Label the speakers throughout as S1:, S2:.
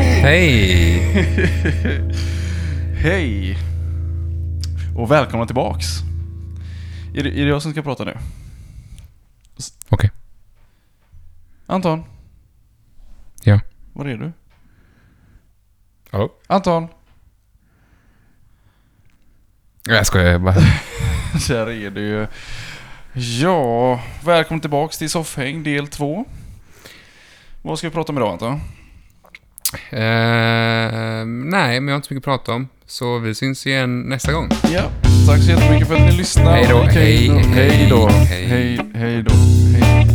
S1: Hej!
S2: Hej! Och välkomna tillbaks. Är det, är det jag som ska prata nu?
S1: Okej.
S2: Anton?
S1: Ja.
S2: Var är du?
S1: Hallå?
S2: Anton?
S1: Jag skojar bara.
S2: Där är du ju. Ja, välkommen tillbaks till Soffhäng del 2. Vad ska vi prata om idag Anton?
S1: Eh, nej, men jag har inte så mycket att prata om. Så vi syns igen nästa gång.
S2: Ja, tack så jättemycket för att ni lyssnade.
S1: Hej då,
S2: Och
S1: hej,
S2: hej då,
S1: hej,
S2: hej, hej då, hej.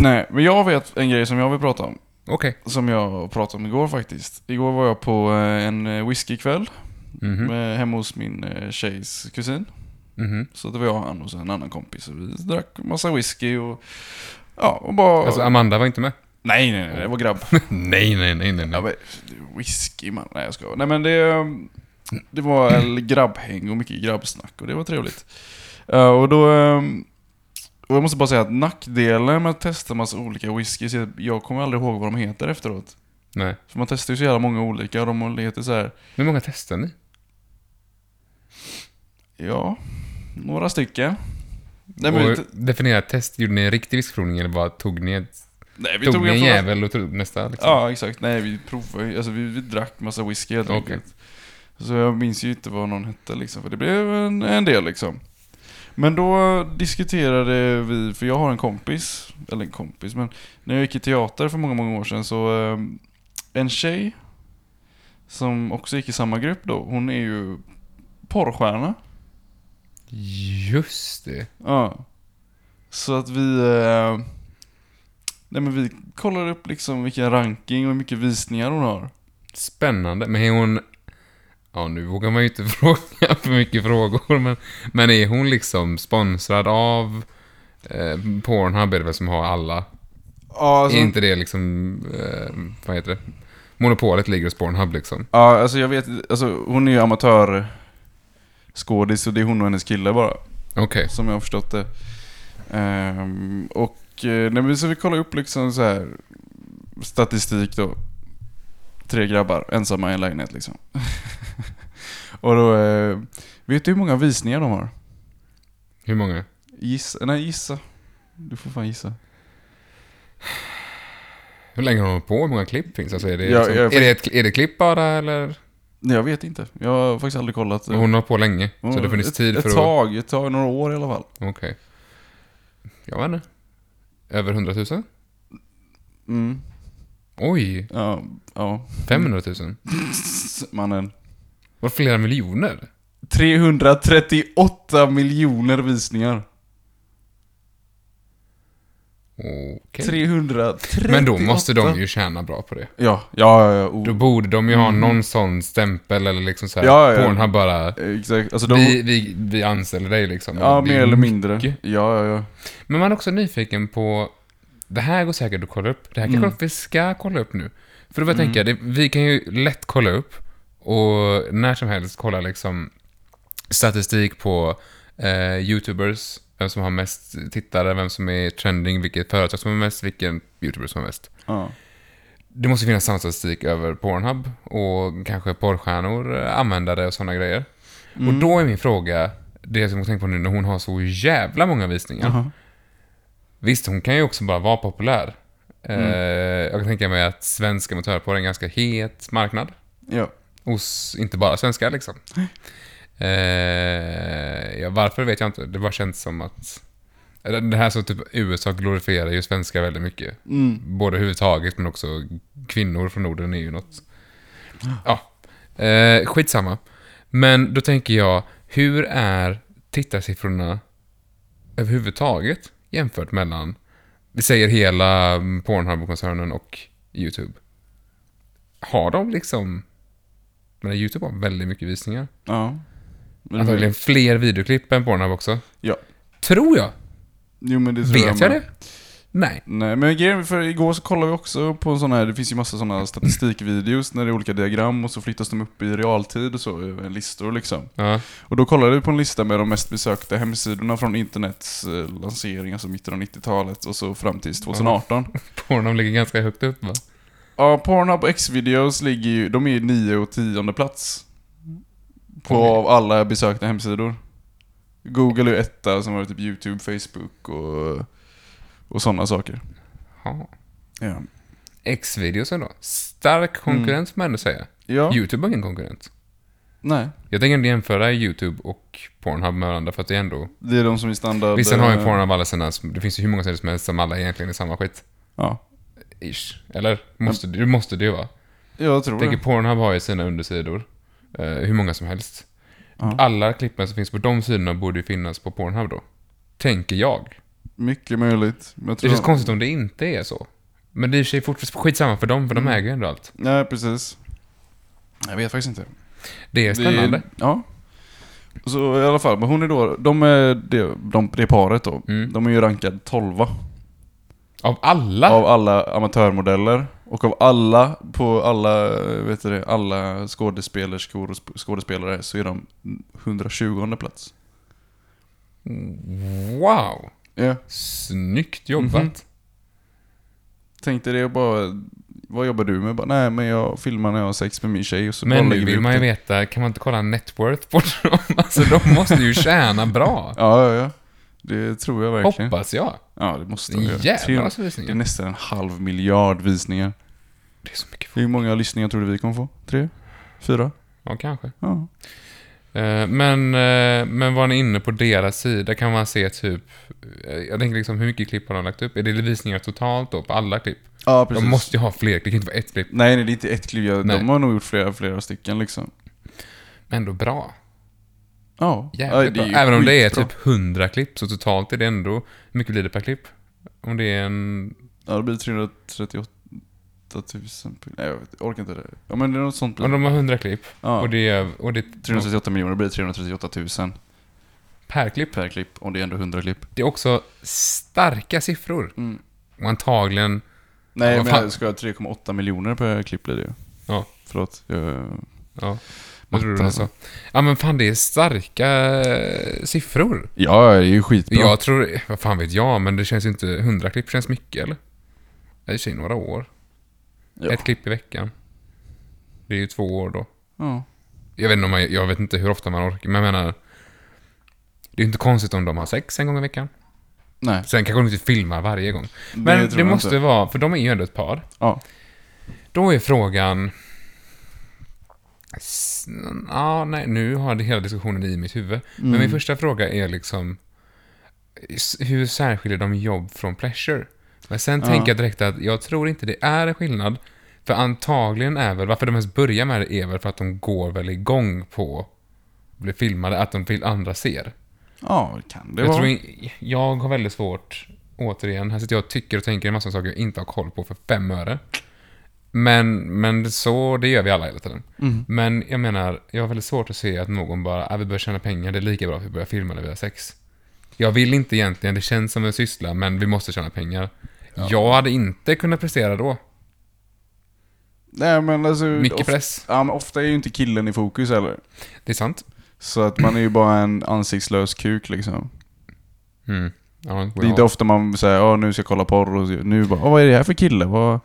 S2: Nej, men jag vet en grej som jag vill prata om.
S1: Okej.
S2: Som jag pratade om igår faktiskt. Igår var jag på eh, en eh, whiskykväll
S1: Mhm.
S2: med- hemma hos min eh, tjejs kusin.
S1: Mhm.
S2: Så det var jag och han och sen en annan kompis. Och vi drack massa whisky och... Ja, och bara...
S1: Alltså, Amanda var inte med?
S2: nej, nej, nej, det var grabb.
S1: nej, nej, nej, nej.
S2: ja, men, whisky man. Nej, jag skojar. Nej, men det... ehm, Det var en grabbhäng och mycket grabbsnack och det var trevligt. Eh, och då... ehm, och jag måste bara säga att nackdelen med att testa massa olika whiskys är att jag kommer aldrig ihåg vad de heter efteråt.
S1: nej.
S2: För man testar ju så jävla många olika och de heter så här.
S1: Hur många testade ni?
S2: ja, några stycken. Nej, men, vi
S1: Och
S2: t-
S1: definiera test. Gjorde ni en riktig viskprovning eller bara tog ni, ett,
S2: nej, vi
S1: tog
S2: tog
S1: ni
S2: en
S1: en
S2: från-
S1: jävel och tog upp nästa? Liksom?
S2: Ja, exakt. Nej, vi provade ju. Alltså vi, vi drack massa whisky helt
S1: Okej.
S2: enkelt. Så jag minns ju inte vad någon hette liksom, för det blev en, en del liksom. Men då diskuterade vi, för jag har en kompis, eller en kompis, men när jag gick i teater för många, många år sedan så eh, en tjej som också gick i samma grupp då, hon är ju porrstjärna.
S1: Just det.
S2: Ja. Så att vi... Eh, nej men vi kollar upp liksom vilken ranking och hur mycket visningar hon har.
S1: Spännande. Men är hon... Ja, nu vågar man ju inte fråga för mycket frågor, men, men är hon liksom sponsrad av eh, Pornhub är det väl som har alla?
S2: Ja,
S1: är inte det liksom... Eh, vad heter det? Monopolet ligger hos Pornhub liksom.
S2: ja, alltså jag vet alltså hon är ju amatör skådis och det är hon och hennes kille bara.
S1: Okej.
S2: Som jag har förstått det. Ehm, och eh, nej men så vi kollar upp liksom så här statistik då. Tre grabbar ensamma i en lägenhet liksom. och då, eh, vet du hur många visningar de har?
S1: Hur många?
S2: Gissa, nej gissa. Du får fan gissa.
S1: Hur länge har hon hållit på? Hur många klipp finns? Alltså, är, det
S2: Ja,
S1: liksom,
S2: jag-
S1: är, det ett, är det klipp bara, eller?
S2: Nej jag vet inte. Jag har faktiskt aldrig kollat.
S1: Hon har hållit på länge, så det har funnits
S2: Mm, ett,
S1: tid för
S2: ett
S1: att...
S2: tag, ett tag, några år i alla fall.
S1: Okej. Jag vet inte. Över 100 000?
S2: Mm.
S1: Oj!
S2: Ja, ja.
S1: 500 000?
S2: Mannen.
S1: Var det flera miljoner?
S2: 338 miljoner visningar.
S1: Okej.
S2: 338.
S1: Men då måste de ju tjäna bra på det.
S2: Ja, ja, ja. ja oh.
S1: Då borde de ju ha någon sån stämpel eller liksom såhär,
S2: Ja, ja, ja.
S1: Pornhub bara,
S2: Exakt. Alltså de...
S1: vi, vi, vi anställer dig liksom.
S2: ja,
S1: Det är
S2: mer eller mindre. Ja,
S1: mycket.
S2: ja, ja.
S1: Men man är också nyfiken på, det här går säkert att kolla upp, det
S2: Mm.
S1: här kanske vi ska kolla upp nu. För då börjar jag tänka, det, vi kan ju lätt kolla upp och när som helst kolla liksom statistik på eh, YouTubers, vem som har mest tittare, vem som är trending, vilket företag som är mest, vilken YouTuber som är mest.
S2: ja.
S1: Det måste finnas samma statistik över Pornhub och kanske porrstjärnor, eh, användare och sådana grejer. Och då är min fråga, det som jag tänker på nu när hon har så jävla många visningar.
S2: Jaha.
S1: Visst, hon kan ju också bara vara populär. Eh, jag kan tänka mig att svensk amatörporr är en ganska het marknad.
S2: Ja.
S1: Hos inte bara svenskar liksom. Eh, ja, varför vet jag inte. Det bara känns som att... eller Det här så typ USA glorifierar ju svenskar väldigt mycket.
S2: Mm.
S1: Både överhuvudtaget men också kvinnor från Norden är ju något. Ja, eh, skitsamma. Men då tänker jag, hur är tittarsiffrorna överhuvudtaget jämfört mellan, vi säger hela mm, Pornhub-koncernen och YouTube? Har de liksom, men YouTube har väldigt mycket visningar.
S2: Ja. Men,
S1: Antagligen fler videoklipp än Pornhub också.
S2: Mm. Ja.
S1: Tror jag.
S2: Jo, men det tror
S1: Vet jag
S2: med.
S1: det? Nej.
S2: Nej, men grejen är, för igår så kollade vi också på en sån här, det finns ju massa såna statistikvideos när det är olika diagram och så flyttas de upp i realtid och så, över listor liksom.
S1: Ja.
S2: Och då kollade vi på en lista med de mest besökta hemsidorna från internets eh, lansering, alltså mitten av 90-talet och så fram till 2018.
S1: Pornhub ligger ganska högt upp va?
S2: Ja, Pornhub och X-videos ligger ju, de är ju nio och tionde plats. På
S1: Oj.
S2: av alla besökta hemsidor. Google är ju etta, som har typ YouTube, Facebook och, och sådana saker.
S1: Ja.
S2: Ja.
S1: X-videos då? Stark konkurrens får man ändå säga.
S2: Mm. ja.
S1: YouTube har ingen konkurrent.
S2: Nej,
S1: Jag tänker inte jämföra YouTube och Pornhub med varandra för att det är ändå...
S2: det är de som är standard.
S1: Visst, sen har ju
S2: eh,
S1: Pornhub alla sina... Det finns ju hur många sidor som helst som alla egentligen är samma skit.
S2: Ja,
S1: Ish. Eller? Måste, det måste det ju vara.
S2: jag tror
S1: Jag
S2: det.
S1: tänker Pornhub har ju sina undersidor. eh, hur många som helst.
S2: Ja.
S1: Alla klippen som finns på de sidorna borde ju finnas på Pornhub då. Tänker jag.
S2: Mycket möjligt. Men jag
S1: Det
S2: tror
S1: känns konstigt om det inte är så. Men det är i och för sig fortfarande skitsamma för dem, för de
S2: Mm.
S1: äger ju ändå allt.
S2: Nej, precis. Jag vet faktiskt inte.
S1: Det är spännande.
S2: ja. Och Så i alla fall, men hon är då, de är det, de, det paret då.
S1: Mm.
S2: De är ju rankad 12
S1: Av alla?
S2: av alla amatörmodeller. Och av alla, på alla, eh, vet du det, alla skådespelerskor och sp- skådespelare så är de 120 plats.
S1: Wow!
S2: Ja.
S1: Snyggt jobbat.
S2: Mhm. Tänkte det och bara, vad jobbar du med? Bara, nej men jag filmar när jag har sex med min tjej och så bara
S1: Men nu
S2: lägger vi
S1: vill
S2: upp
S1: man ju
S2: det."
S1: veta, kan man inte kolla networth på dem? Alltså de måste ju tjäna bra.
S2: Ja, ja, ja. Det tror jag verkligen.
S1: Hoppas jag.
S2: Ja, det måste
S1: Det är
S2: de
S1: en
S2: göra. Tre-
S1: jävla massa
S2: Det är
S1: visningar.
S2: nästan en halv miljard visningar.
S1: Det är så mycket folk.
S2: Hur många lyssningar tror du vi kommer få? Tre? Fyra?
S1: Ja, kanske.
S2: Ja.
S1: Eh, Men, eh, men var ni inne på deras sida kan man se typ, eh, jag tänker liksom hur mycket klipp har de lagt upp? Är det visningar totalt då på alla klipp?
S2: Ja, precis.
S1: De måste ju ha fler, det kan ju inte vara ett klipp.
S2: Nej, nej, det är inte ett klipp. Jag-
S1: Nej.
S2: De har nog gjort flera, flera stycken liksom.
S1: Men ändå bra.
S2: Ja. Ja,
S1: Jävligt
S2: det är ju
S1: bra. Även om det är
S2: skitbra.
S1: typ 100 klipp, så totalt är det ändå, hur mycket blir det per klipp? Om det är en
S2: Ja, det blir 338 000. Nej, jag vet- jag orkar inte det. Ja, men det är något sånt.
S1: Om de har 100 klipp
S2: Ja.
S1: och det är... Och det,
S2: 338 miljoner, då blir det 338 000
S1: per klipp.
S2: per klipp. Om det är ändå 100 klipp.
S1: Det är också starka siffror.
S2: Mm.
S1: Och antagligen...
S2: Nej,
S1: Ja,
S2: men
S1: vad fan.
S2: jag ska jag 3,8 miljoner per klipp blir det ju.
S1: Ja.
S2: Förlåt. Jag...
S1: Ja, vad tror du
S2: Matte,
S1: det sa? Ja men fan det är starka eh, siffror.
S2: Ja, det är ju skitbra.
S1: Jag tror... Vad fan vet jag, men det känns ju inte... 100 klipp känns mycket eller? Ja, Det känns några år.
S2: Ja.
S1: Ett klipp i veckan. Det är ju två år då.
S2: Ja.
S1: Jag vet, inte om man, jag vet inte hur ofta man orkar, men jag menar... Det är ju inte konstigt om de har sex en gång i veckan.
S2: Nej.
S1: Sen kanske de inte filmar varje gång.
S2: tror
S1: Men det,
S2: jag
S1: måste
S2: inte.
S1: vara, för de är ju ändå ett par.
S2: Ja.
S1: Då är frågan... S- Ja, nej, nu har det hela diskussionen i mitt huvud. Men min första fråga är liksom... s- Hur särskiljer de jobb från pleasure? Men sen
S2: Ja.
S1: tänker jag direkt att jag tror inte det är en skillnad. För antagligen är väl, varför de ens börjar med det är väl för att de går väl igång på att bli filmade, att de vill andra ser.
S2: Ja, det kan det
S1: Jag,
S2: vara.
S1: tror, in- jag har väldigt svårt, återigen, här sitter jag och tycker och tänker en massa saker jag inte har koll på för fem öre. Men, men så, det gör vi alla hela tiden.
S2: Mm.
S1: Men jag menar, jag har väldigt svårt att se att någon bara, ah, vi börjar tjäna pengar, det är lika bra att vi börjar filma när vi har sex. Jag vill inte egentligen, det känns som en syssla, men vi måste tjäna pengar. Jag hade inte kunnat prestera då.
S2: Nej, men alltså,
S1: Mycket
S2: ofta,
S1: press.
S2: ja, men ofta är ju inte killen i fokus heller.
S1: Det är sant.
S2: Så att man är ju bara en ansiktslös kuk liksom.
S1: Mm. Ja,
S2: Det är inte ofta man säger ja nu ska jag kolla porr och så- nu bara "Åh, vad är det här för kille? Vad,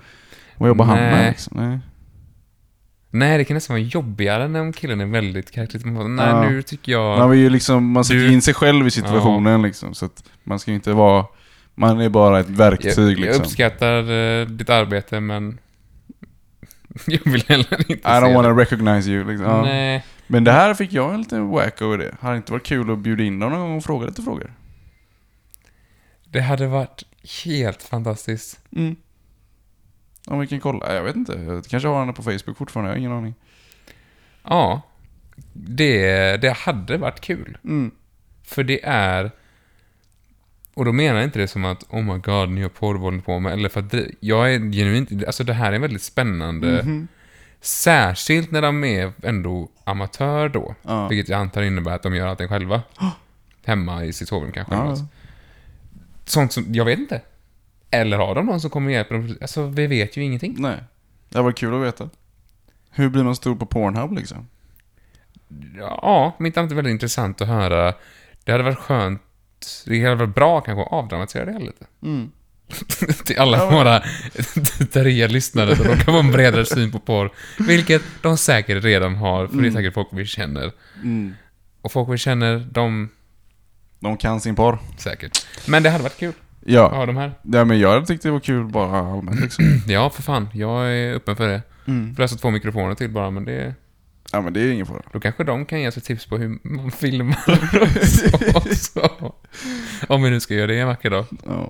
S2: vad jobbar han
S1: Nej.
S2: med? Liksom? Nej.
S1: Nej, det kan nästan vara jobbigare när om killen är väldigt kaxig. Man bara, Nej,
S2: Ja.
S1: nu tycker jag...
S2: Man, är ju liksom, man sätter
S1: Du-
S2: in sig själv i situationen liksom. Så att man ska ju inte vara... Man är bara ett verktyg
S1: jag,
S2: liksom.
S1: jag uppskattar eh, ditt arbete, men jag vill heller inte
S2: I don't
S1: se
S2: wanna
S1: det.
S2: recognize you liksom. Ja.
S1: Nej.
S2: Men det här fick jag en liten wacko idé. Hade det inte varit kul att bjuda in dem någon gång och fråga lite frågor?
S1: Det hade varit helt fantastiskt.
S2: Mm. Om vi kan kolla. Jag vet inte. Jag kanske har henne på Facebook fortfarande. Jag har ingen aning.
S1: Ja. Det, det hade varit kul.
S2: Mm.
S1: För det är... Och då menar jag inte det som att oh my god, ni har porr vad håller ni på med. Eller för att det, jag är genuint... Alltså det här är väldigt spännande.
S2: Mhm.
S1: Särskilt när de är ändå amatör då.
S2: Ja.
S1: Vilket jag antar innebär att de gör allting själva. Hemma i sitt sovrum kanske. eller
S2: Ja.
S1: något. Sånt som, jag vet inte. Eller har de någon som kommer och hjälper dem? Alltså, vi vet ju ingenting.
S2: Nej. Det hade varit kul att veta. Hur blir man stor på Pornhub liksom?
S1: Ja, men inte annat är väldigt intressant att höra. Det hade varit skönt, det hade varit bra kanske att avdramatisera det här lite.
S2: Mm.
S1: till alla
S2: Ja, men-
S1: våra tre lyssnare så de kan få en bredare syn på porr. Vilket de säkert redan har, för det är
S2: Mm.
S1: säkert folk vi känner.
S2: Mm.
S1: Och folk vi känner, de...
S2: De kan sin porr.
S1: Säkert. Men det hade varit kul att
S2: Ja.
S1: ha de här.
S2: ja, men jag tyckte det var kul bara allmänt liksom.
S1: Ja, för fan. Jag är öppen för det.
S2: Mm.
S1: Får läsa två mikrofoner till bara, men det...
S2: Ja, men det är ingen fara.
S1: Då kanske de kan ge sig tips på hur man filmar. så, så. Om vi nu ska göra det en vacker dag.
S2: Ja.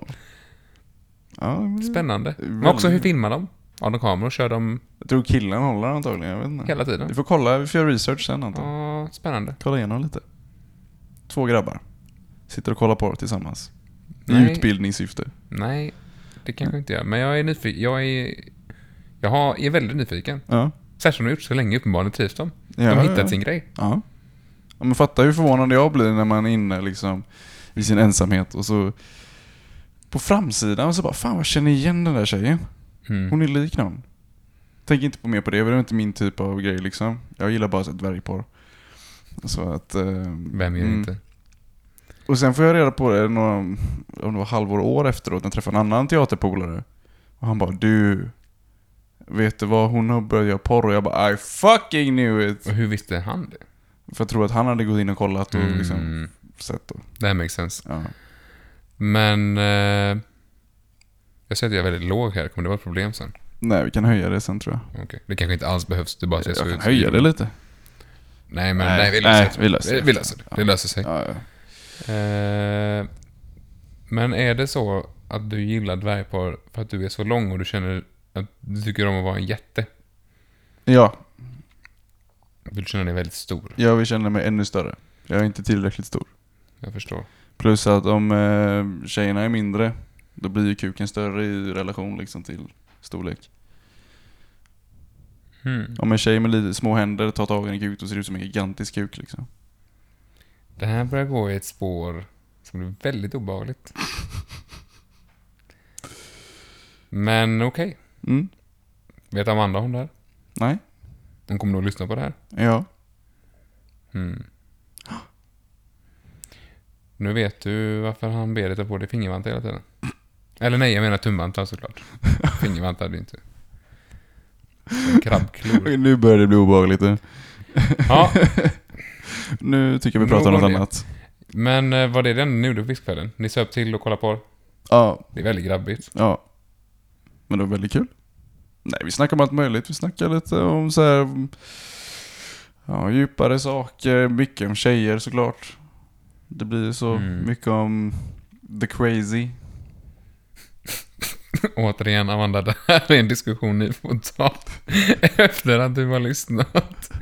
S2: Ja, men-
S1: Spännande. Men
S2: Väldigt.
S1: också hur filmar de? Har de kameror? Kör de
S2: Jag tror killen håller antagligen, jag vet inte.
S1: hela tiden?
S2: Vi får kolla, vi får göra research sen antagligen.
S1: Ja, spännande.
S2: Kolla igenom lite. Två grabbar. Sitter och kollar porr tillsammans. I
S1: Nej.
S2: utbildningssyfte.
S1: Nej, det kanske inte jag. Men jag är nyfiken. Jag är, jag har, är väldigt nyfiken.
S2: Ja.
S1: Särskilt som de har gjort så länge, uppenbarligen trivs de.
S2: ja
S1: De har
S2: ja.
S1: hittat sin grej.
S2: Ja. ja men fatta hur förvånad jag blir när man är inne liksom i sin ensamhet och så på framsidan så bara fan vad känner igen den där tjejen.
S1: Mm.
S2: Hon är lik någon. Tänk inte på mer på det, för det är inte min typ av grej liksom. Jag gillar bara så här dvärgporr. Så att... Eh,
S1: Vem gör
S2: mm.
S1: inte?
S2: Och sen får jag reda på det några, om det var halvår år efteråt när jag träffade en annan teaterpolare. Och han bara du, vet du vad hon har börjat göra porr? Och jag bara I fucking knew it!
S1: Och hur visste han det?
S2: För jag tror att han hade gått in och kollat och
S1: Mm.
S2: liksom sett då.
S1: Det här makes sense.
S2: Ja.
S1: Men... Eh, jag säger att jag är väldigt låg här. Kommer det vara ett problem sen?
S2: Nej vi kan höja det sen tror jag.
S1: Okej. Det kanske inte alls behövs. Det bara ser
S2: Jag
S1: så
S2: kan
S1: ut.
S2: höja det lite.
S1: Nej, men nej,
S2: Nej,
S1: vi
S2: nej,
S1: löser det.
S2: vi löser det.
S1: Vi löser det. Det
S2: Ja.
S1: löser sig.
S2: Ja, ja.
S1: Eh, men är det så att du gillar dvärgpar för att du är så lång och du känner att du tycker om att vara en jätte?
S2: ja,
S1: Du känner dig väldigt stor.
S2: jag vill känna mig ännu större. Jag är inte tillräckligt stor.
S1: Jag förstår.
S2: Plus att om eh, tjejerna är mindre, då blir ju kuken större i relation liksom till storlek.
S1: Hmm.
S2: Om en tjej med lite små händer tar tag i en kuk, då ser det ut som en gigantisk kuk liksom.
S1: Det här börjar gå i ett spår som blir väldigt obehagligt. Men okej.
S2: Mm.
S1: Vet Amanda om det här?
S2: Nej.
S1: Hon kommer nog att lyssna på det här.
S2: Ja.
S1: Hmm. Nu vet du varför han ber dig ta på dig fingervantar hela tiden. Eller nej, jag menar tumvantar såklart. Fingervantar hade du inte. Som Krabbklor.
S2: Nu börjar det bli obehagligt. nu.
S1: Ja,
S2: Nu tycker jag vi
S1: Nog
S2: pratar om något
S1: om det.
S2: annat.
S1: men eh, var det den nu då på fiskvärlden? Ni söp till och kollade på?
S2: Ja,
S1: Det är väldigt grabbigt.
S2: ja. Men det var väldigt kul. Nej, vi snackar om allt möjligt. Vi snackar lite om så här... Ja, djupare saker. Mycket om tjejer såklart. Det blir ju så
S1: Mm.
S2: mycket om the crazy.
S1: Återigen Amanda, det här är en diskussion ni får ta efter att du har lyssnat.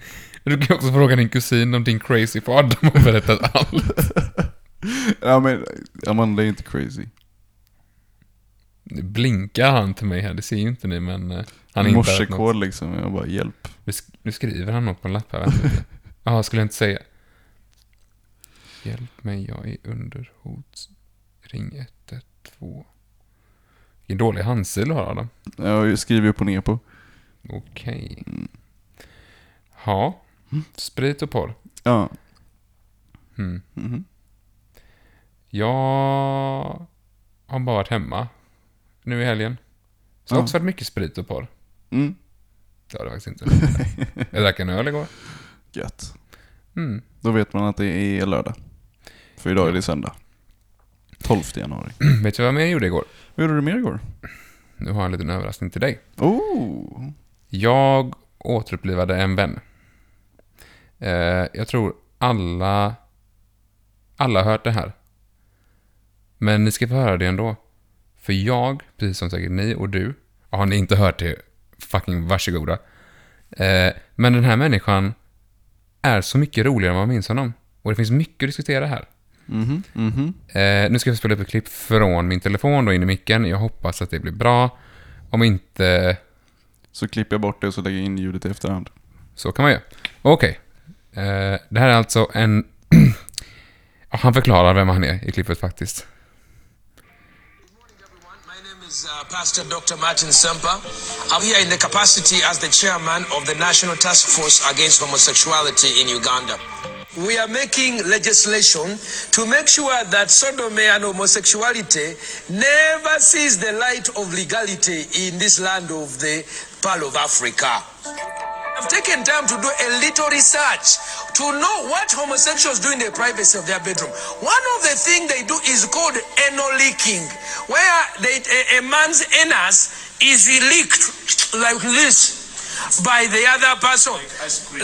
S1: Du kan också fråga din kusin om din crazy far, de har berättat allt.
S2: Ja men Amanda är inte crazy.
S1: Nu blinkar han till mig här, det ser ju inte ni men... eh, Han har inte hört något.
S2: Morsekod liksom. Jag bara hjälp.
S1: Nu, sk- nu skriver han något på en lapp här, vänta lite. Jaha, skulle jag inte säga. Hjälp mig, jag är under hot. Ring 112. Vilken dålig handstil du har Adam.
S2: Jag skriver upp och ner på.
S1: Okej. Ja. Sprit och porr.
S2: Ja.
S1: Mm.
S2: Mhm.
S1: Jag har bara varit hemma nu i helgen. Så det har
S2: Ja.
S1: också varit mycket sprit och porr.
S2: Mm.
S1: Det har det faktiskt inte. Jag drack en öl igår.
S2: Gött.
S1: Mm.
S2: Då vet man att det är lördag. För idag är det söndag. 12 januari.
S1: Vet du vad mer jag gjorde igår?
S2: Vad gjorde du mer igår?
S1: Nu har jag en liten överraskning till dig.
S2: Oh!
S1: Jag återupplivade en vän. Eh, jag tror alla... Alla har hört det här. Men ni ska få höra det ändå. För jag, precis som säkert ni och du, ja, har ni inte hört det, fucking varsågoda. Eh, men den här människan är så mycket roligare än vad man minns honom. Och det finns mycket att diskutera här.
S2: Mhm, mhm.
S1: Eh, nu ska jag spela upp ett klipp från min telefon då in i micken. Jag hoppas att det blir bra. Om inte
S2: Så klipper jag bort det och så lägger jag in ljudet i efterhand.
S1: Så kan man göra. Okej. Eh, det här är alltså en... Ja, han förklarar vem han är i klippet faktiskt.
S3: My name is uh, Pastor Dr. Martin Semper. I'm here in the capacity as the chairman of the National Task Force Against Homosexuality in Uganda. We are making legislation to make sure that sodomy and homosexuality never sees the light of legality in this land of the Pearl of Africa. I've taken time to do a little research to know what homosexuals do in the privacy of their bedroom. One of the things they do is called anal leaking, where they, a, a man's anus is leaked like this by the other person,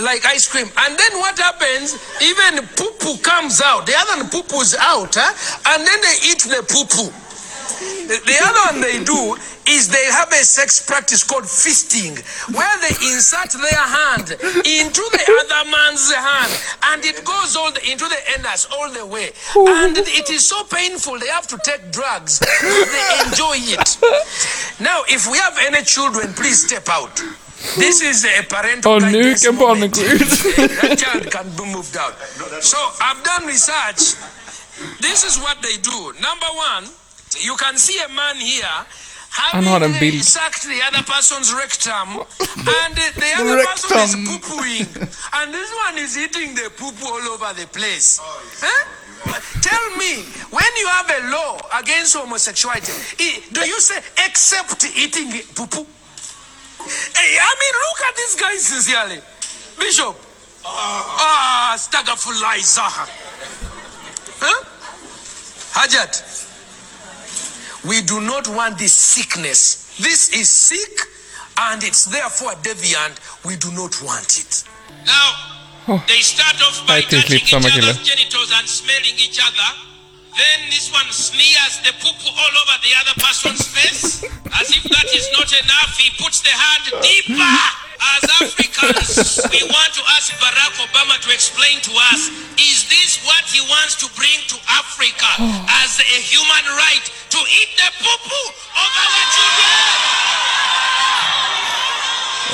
S3: like ice cream. And then what happens? Even poo poo comes out. The other one poo poo's out, huh? and then they eat the poo poo. The the other one they do is they have a sex practice called fisting, where they insert their hand into the other man's hand, and it goes all the, into the anus all the way, and it is so painful they have to take drugs. but They enjoy it. Now, if we have any children, please step out. This is a parental.
S1: Och nu
S3: guidance
S1: kan barnen
S3: moment.
S1: gå ut.
S3: that child can be moved out. So I've done research. This is what they do. Number one, you can see a man here.
S1: Han har en
S3: having, uh,
S1: bild.
S3: Sucked the other person's rectum, and uh, the other person is
S2: Rectum.
S3: poo-pooing, and this one is eating the poo-poo all over the place. Huh? Tell me, when you have a law against homosexuality, i- do you say except eating poo-poo? Hey, I mean, look at this guy sincerely. Bishop. Ah, Stagafulai Zaha. Huh? Hajat. We do not want this sickness. This is sick and it's therefore deviant. We do not want it.
S4: Now, they start off by
S1: Nej, till
S4: touching
S1: klipp,
S4: each
S1: samma kille.
S4: other's genitals and smelling each other. Then this one smears the poo all over the other person's face. As if that is not enough, he puts the hand deeper. As Africans, we want to ask Barack Obama to explain to us is this what he wants to bring to Africa as a human right to eat the poo poo of our children?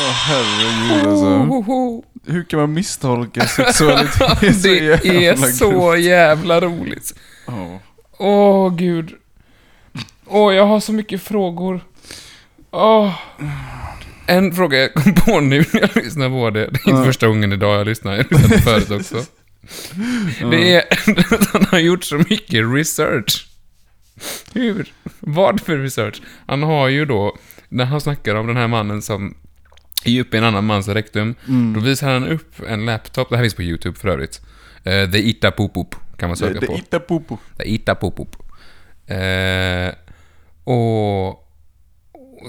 S2: Åh herregud alltså.
S1: Ohoho.
S2: Hur kan man misstolka sexualitet så
S1: Det är
S2: jävla
S1: så jävla roligt.
S2: grovt? Ja.
S1: Åh, gud. Åh, jag har så mycket frågor. Åh. En fråga jag kom på nu när jag lyssnar på det. Det är inte första gången idag jag lyssnar. Jag lyssnade förut också. Det är att han har gjort så mycket research. Hur? Vad för research? Han har ju då, när han snackar om den här mannen som är uppe i en annan mans rektum, då visar han upp en laptop. Det här finns på YouTube för övrigt. Uh, the Ita Poop kan man söka
S2: Det
S1: på.
S2: är inte popo.
S1: Det Ita Popop. Eh, och, och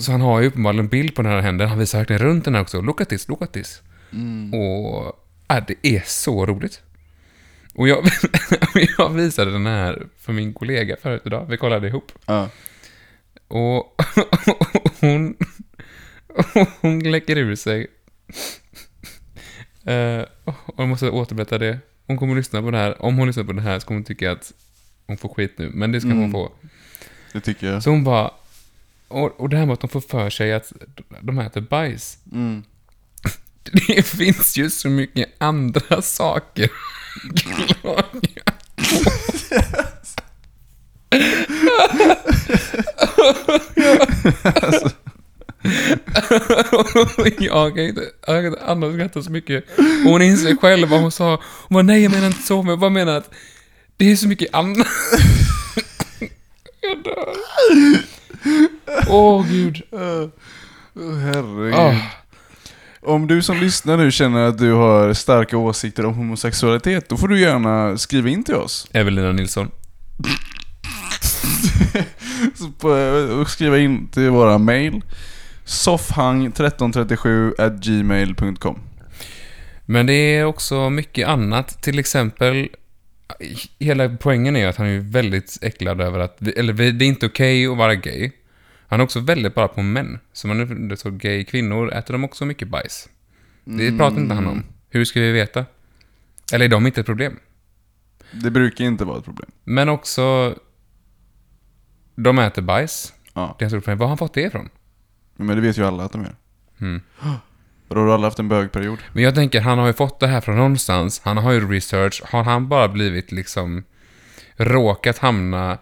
S1: så han har ju uppenbarligen en bild på den här händen. Han visar verkligen runt den här också. Look at this, look at this. Och ja, det är så roligt. Och jag, jag visade den här för min kollega förut idag. Vi kollade ihop.
S2: Ja.
S1: Och hon, hon läcker ur sig. Eh, och jag måste återberätta det. Hon kommer lyssna på det här. Om hon lyssnar på det här så kommer hon tycka att hon får skit nu. Men det ska hon få.
S2: Det tycker jag.
S1: Så Alltså hon bara... Och, och det här med att de får för sig att de äter bajs. Det finns ju så mycket andra saker att klaga på. jag kan inte, jag kan inte annars skratta så mycket. Och hon inser själv vad hon sa. Hon bara, nej jag menar inte så, men jag bara menar att det är så mycket annat. Jag dör. Åh gud.
S2: Åh, Herregud.
S1: Ah.
S2: Om du som lyssnar nu känner att du har starka åsikter om homosexualitet, då får du gärna skriva in till oss.
S1: Evelina Nilsson.
S2: Så på- Och skriva in till våra mail. soffhang1337 at gmail.com
S1: Men det är också mycket annat. Till exempel, hela poängen är att han är väldigt äcklad över att, vi- eller vi- det är inte okej att vara gay. Han är också väldigt bra på män. Så man undrar så gay kvinnor, äter de också mycket bajs? Det pratar inte han om. Hur ska vi veta? Eller är de inte ett problem?
S2: Det brukar inte vara ett problem.
S1: Men också, de äter bajs.
S2: Ja.
S1: Det är en stor problem. Var har han fått det ifrån?
S2: Men det vet ju alla att de gör. Mm. Då har du alla haft en bögperiod.
S1: Men jag tänker, han har ju fått det här från någonstans. Han har ju research. Har han bara blivit liksom råkat hamna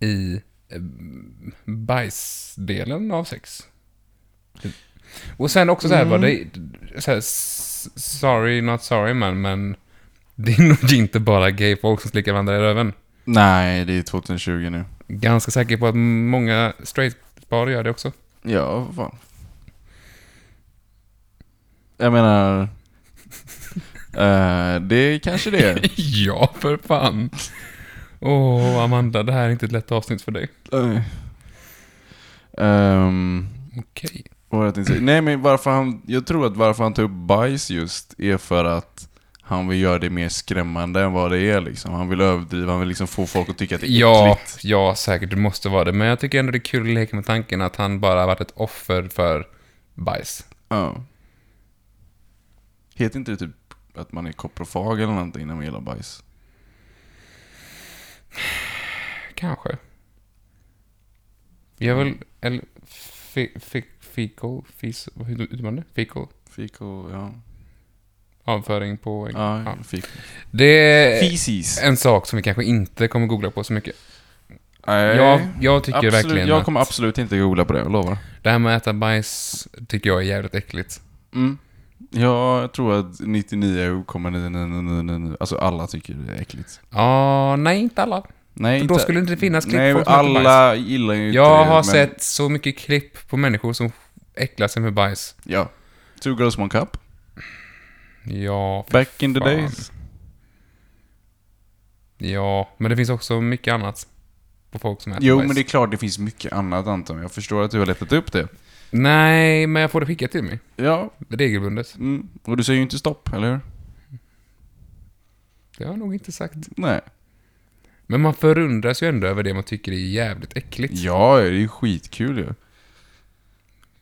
S1: i eh, bajsdelen av sex? Mm. Och sen också så här, var det, så här s- sorry not sorry man, men Det är nog inte bara gayfolk som slickar varandra i röven.
S2: Nej, det är 2020 nu.
S1: Ganska säker på att många straightpar gör det också.
S2: Ja, vad fan. Jag menar... eh, det kanske det är.
S1: ja, för fan. Åh, Amanda, det här är inte ett lätt avsnitt för dig.
S2: Ehm,
S1: Okej.
S2: vad var det jag tänkte säga? Nej men varför han, jag tror att varför han tar upp bajs just är för att han vill göra det mer skrämmande än vad det är liksom. Han vill överdriva, han vill liksom få folk att tycka att det är
S1: Ja,
S2: äckligt.
S1: ja, säkert. Det måste vara det. Men jag tycker ändå det är kul att leka med tanken att han bara har varit ett offer för bajs.
S2: Ja. Heter inte det typ att man är koprofag eller någonting när man gillar bajs?
S1: Kanske. Jag vill... Eller... fi- fi- Fecal? Fis... Hur hur uttalar man det? Fecal?
S2: Fiko, ja.
S1: Avföring på...
S2: Ja,
S1: Ja.
S2: fiko.
S1: Det är
S2: Feces.
S1: en sak som vi kanske inte kommer googla på så mycket.
S2: Nej.
S1: Jag, jag tycker
S2: absolut,
S1: verkligen
S2: Jag
S1: att
S2: kommer absolut inte googla på det, jag lovar.
S1: det här med att äta bajs tycker jag är jävligt äckligt.
S2: Mm. Ja, jag tror att 99,999, alltså alla tycker det är äckligt.
S1: Ja, nej, inte alla.
S2: Nej,
S1: För då skulle det inte finnas klipp
S2: Nej,
S1: folk som äter
S2: alla gillar ju inte
S1: Jag
S2: det,
S1: har
S2: men-
S1: sett så mycket klipp på människor som äcklar sig med bajs.
S2: Ja. Two girls one cup.
S1: Ja, för
S2: Back in the
S1: fan.
S2: days.
S1: ja, men det finns också mycket annat på folk som äter
S2: Jo,
S1: bajs.
S2: men det är klart det finns mycket annat Anton. Jag förstår att du har letat upp det.
S1: Nej, men jag får det skickat till mig.
S2: Ja,
S1: Regelbundet.
S2: mm. och du säger ju inte stopp, eller hur?
S1: Det har jag nog inte sagt.
S2: Nej.
S1: Men man förundras ju ändå över det man tycker är jävligt äckligt.
S2: Ja, det är ju skitkul ju.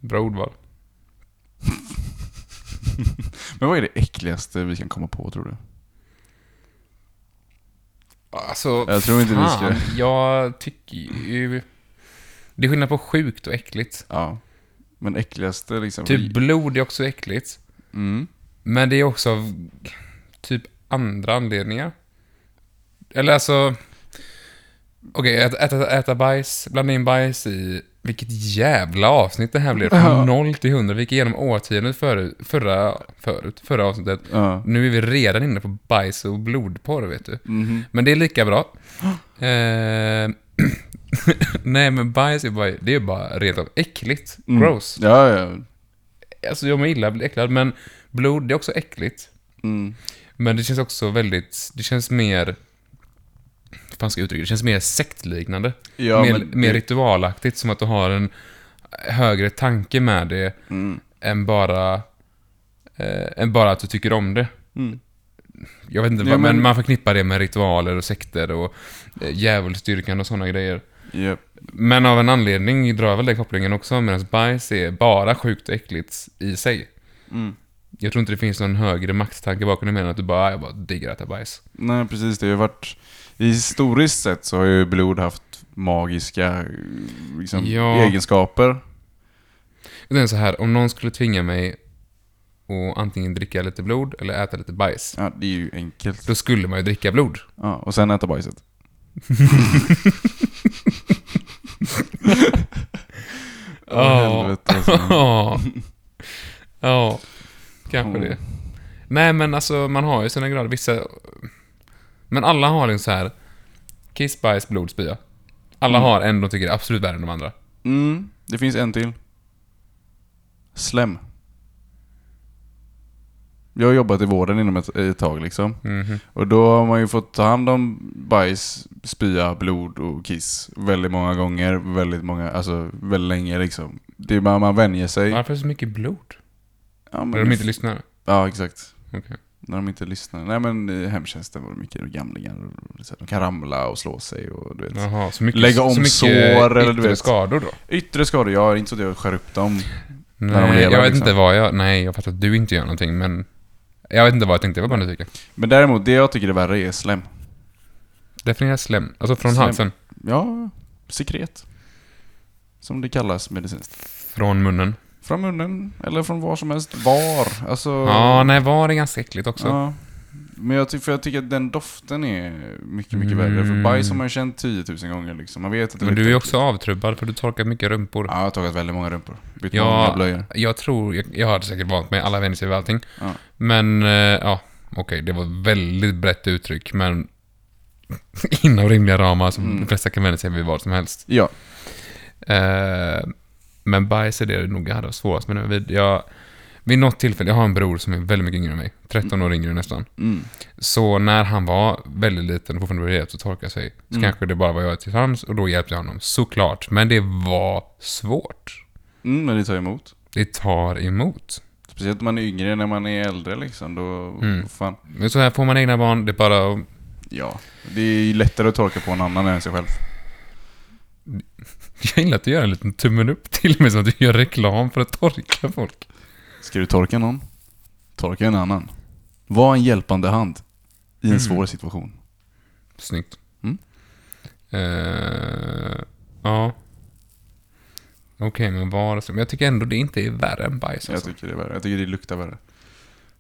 S1: Bra ordval.
S2: Men vad är det äckligaste vi kan komma på, tror du?
S1: Alltså,
S2: Jag tror inte vi ska-
S1: fan, Jag tycker ju... Det är skillnad på sjukt och äckligt.
S2: Ja. Men äckligaste liksom...
S1: Typ blod är också äckligt.
S2: Mm.
S1: Men det är också av typ andra anledningar. Eller alltså... Okej, äta, äta, äta bajs, blanda in bajs i... Vilket jävla avsnitt det här blev. Från 0 till 100. Vi gick igenom årtiondet förut, förra, förut, förra avsnittet.
S2: Ja.
S1: Nu är vi redan inne på bajs och blodporr, vet du. Men det är lika bra. eh, nej, men bajs är bara, det är bara rent av äckligt. Gross.
S2: Ja, ja.
S1: Alltså jag mår illa blir äcklad, men blod det är också äckligt.
S2: Mm.
S1: Men det känns också väldigt, det känns mer, hur fan ska jag uttrycka det? Det känns mer sektliknande.
S2: Ja,
S1: mer,
S2: men det-
S1: mer ritualaktigt, som att du har en högre tanke med det
S2: Mm.
S1: än, bara, eh, än bara att du tycker om det. Jag vet inte,
S2: Mm. Ja,
S1: vad, men,
S2: men-
S1: man förknippar det med ritualer och sekter och eh, djävulsdyrkan och sådana grejer.
S2: Japp.
S1: Men av en anledning drar jag väl den kopplingen också, medan bajs är bara sjukt och äckligt i sig. Jag tror inte det finns någon högre makttanke bakom det, mer än att du bara, "Ah, jag bara diggar att äta bajs.
S2: Nej, precis. Det har ju varit... Historiskt sett så har ju blod haft magiska eh, liksom,
S1: Ja.
S2: egenskaper.
S1: Det är så här, om någon skulle tvinga mig att antingen dricka lite blod eller äta lite bajs,
S2: Ja, det är ju enkelt.
S1: då skulle man ju dricka blod.
S2: Ja, och sen äta bajset. Åh, helvete alltså.
S1: Ja. Ja, kanske
S2: Mm.
S1: det. Nej, men alltså man har ju sina grader. Vissa... Men alla har en så här kiss, bajs, blod, spya. Alla har en de tycker är absolut värre än de andra.
S2: Mm, det finns en till. Slem. Jag har jobbat i vården inom ett, ett tag liksom.
S1: Mhm.
S2: Och då har man ju fått ta hand om bajs, spya, blod och kiss väldigt många gånger, väldigt många, alltså väldigt länge liksom. Det är bara man vänjer sig.
S1: Varför så mycket blod?
S2: Ja,
S1: När
S2: men
S1: de inte lyssnar?
S2: ja, exakt.
S1: Okej.
S2: När de inte lyssnar. Nej men i hemtjänsten var det mycket gamlingar. och så här, De kan ramla och slå sig och du vet.
S1: Jaha, så mycket,
S2: Lägga om
S1: så mycket
S2: sår eller du
S1: yttre
S2: vet.
S1: skador då?
S2: Yttre skador, jag har inte så att jag skär upp dem.
S1: Nej,
S2: de lever,
S1: jag vet
S2: liksom.
S1: inte vad jag... Nej, jag fattar att du inte gör någonting, men... Jag vet inte vad jag tänkte, jag var bara nyfiken.
S2: Men däremot, det jag tycker är värre är slem.
S1: Definiera slem. Alltså från
S2: Slem.
S1: halsen.
S2: Ja, sekret. Som det kallas medicinskt.
S1: Från munnen.
S2: Från munnen, eller från var som helst. Var. Alltså...
S1: Ja, nej, var är ganska äckligt också.
S2: ja. Men jag, ty- för jag tycker att den doften är mycket, mycket värre. För bajs har man ju känt 10 000 gånger liksom. Man vet att det
S1: Mm. Men du är
S2: luktar
S1: ju också avtrubbad för du torkar mycket rumpor.
S2: Ja, jag har tagit väldigt många rumpor. Bytt många
S1: Ja,
S2: blöjor.
S1: jag tror, jag, jag har säkert vant mig, alla vänjer sig vid allting.
S2: Ja.
S1: Men eh, ja, okej, det var väldigt brett uttryck, men inom rimliga ramar som
S2: Mm.
S1: de flesta kan vända sig vid vad som helst.
S2: Ja.
S1: Eh, men bajs är det nog jag hade svårast med. Vid, jag, vid något tillfälle, jag har en bror som är väldigt mycket yngre än mig. 13 år yngre nästan.
S2: Mm.
S1: Så när han var väldigt liten och fortfarande behövde hjälp att torka sig, så kanske det bara var jag till hands och då hjälpte jag honom. Såklart. Men det var svårt.
S2: Mm, men det tar emot.
S1: Det tar emot.
S2: Speciellt om man är yngre när man är äldre liksom. Då,
S1: Mm.
S2: fan.
S1: Men så här får man egna barn, det är bara att-
S2: Ja. Det är ju lättare att torka på en annan än sig själv.
S1: Jag gillar att du gör en liten tummen upp till mig som att du gör reklam för att torka folk.
S2: Ska du torka någon? Torka en annan. Var en hjälpande hand. I en
S1: Mm.
S2: svår situation.
S1: Snyggt.
S2: Mm.
S1: Eh, ja. Okej, men var det så? Men jag tycker ändå det inte är värre än bajs.
S2: Jag
S1: Alltså. Mm.
S2: tycker det är värre. Jag tycker det luktar värre.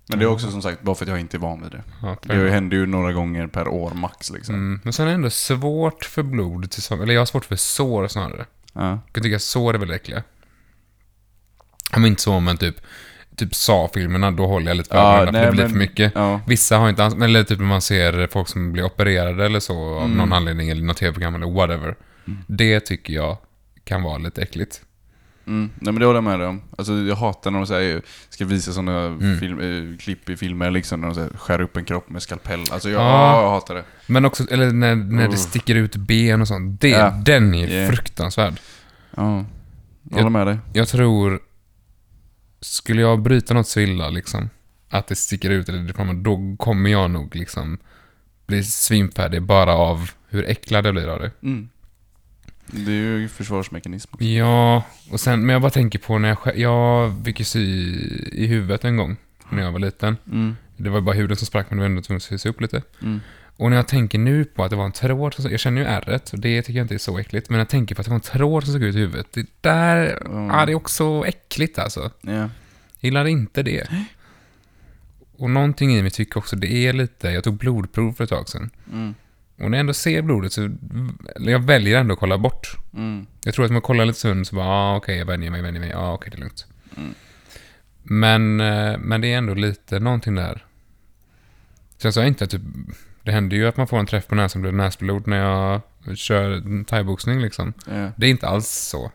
S2: Men det är också som sagt bara för att jag inte är van vid det.
S1: Ja,
S2: Det händer ju några gånger per år max liksom.
S1: Mm, men sen är det ändå svårt för blod till som, Eller jag har svårt för sår snarare.
S2: Ja.
S1: Jag kan tycka att sår är väldigt äckliga. Ja, men inte så, men typ... Typ Sa-filmerna, då håller jag lite för
S2: Ja,
S1: ögonen för
S2: nej,
S1: det blir
S2: men-
S1: för mycket.
S2: ja.
S1: Vissa har inte ans- Eller typ när man ser folk som blir opererade eller så av
S2: Mm.
S1: någon anledning, eller något tv-program eller whatever. Det tycker jag kan vara lite äckligt.
S2: Mm. Nej men det håller jag med dig om. Alltså, jag hatar när de så här, ska visa sådana
S1: Mm.
S2: film, eh, klipp i filmer liksom, när de så här, skär upp en kropp med skalpell. Alltså jag,
S1: Ja.
S2: jag hatar det.
S1: Men också, eller när, när det sticker ut ben och sånt. Det,
S2: Mm. Ja.
S1: Den är
S2: Yeah.
S1: fruktansvärd.
S2: Ja. Jag håller med dig.
S1: Jag tror... Skulle jag bryta något så illa, liksom, att det sticker ut eller det kommer, då kommer jag nog liksom bli svinfärdig bara av hur äcklad jag blir av det.
S2: Det är ju försvarsmekanism.
S1: Ja, och sen, men jag bara tänker på när jag själv, jag fick ju sy i huvudet en gång när jag var liten. Det var ju bara huden som sprack men det var ändå tvungen att sy sig upp lite. Och när jag tänker nu på att det var en tråd som, jag känner ju ärret och det tycker jag inte är så äckligt, men jag tänker på att det var en tråd som såg ut i huvudet. Det där, ja det är också äckligt alltså.
S2: Ja.
S1: Gillar inte det. Och någonting i mig tycker också det är lite, jag tog blodprov för ett tag sedan. Och när jag ändå ser blodet så, eller jag väljer ändå att kolla bort. Jag tror att om jag kollar lite stund så bara, ah, okej jag vänjer mig, vänjer mig, ja ah, okej det är lugnt. Men, eh, men det är ändå lite någonting där. Sen så är jag inte typ, det händer ju att man får en träff på näsan blir näsblod när jag kör thaiboxning liksom.
S2: Ja.
S1: Det är inte alls så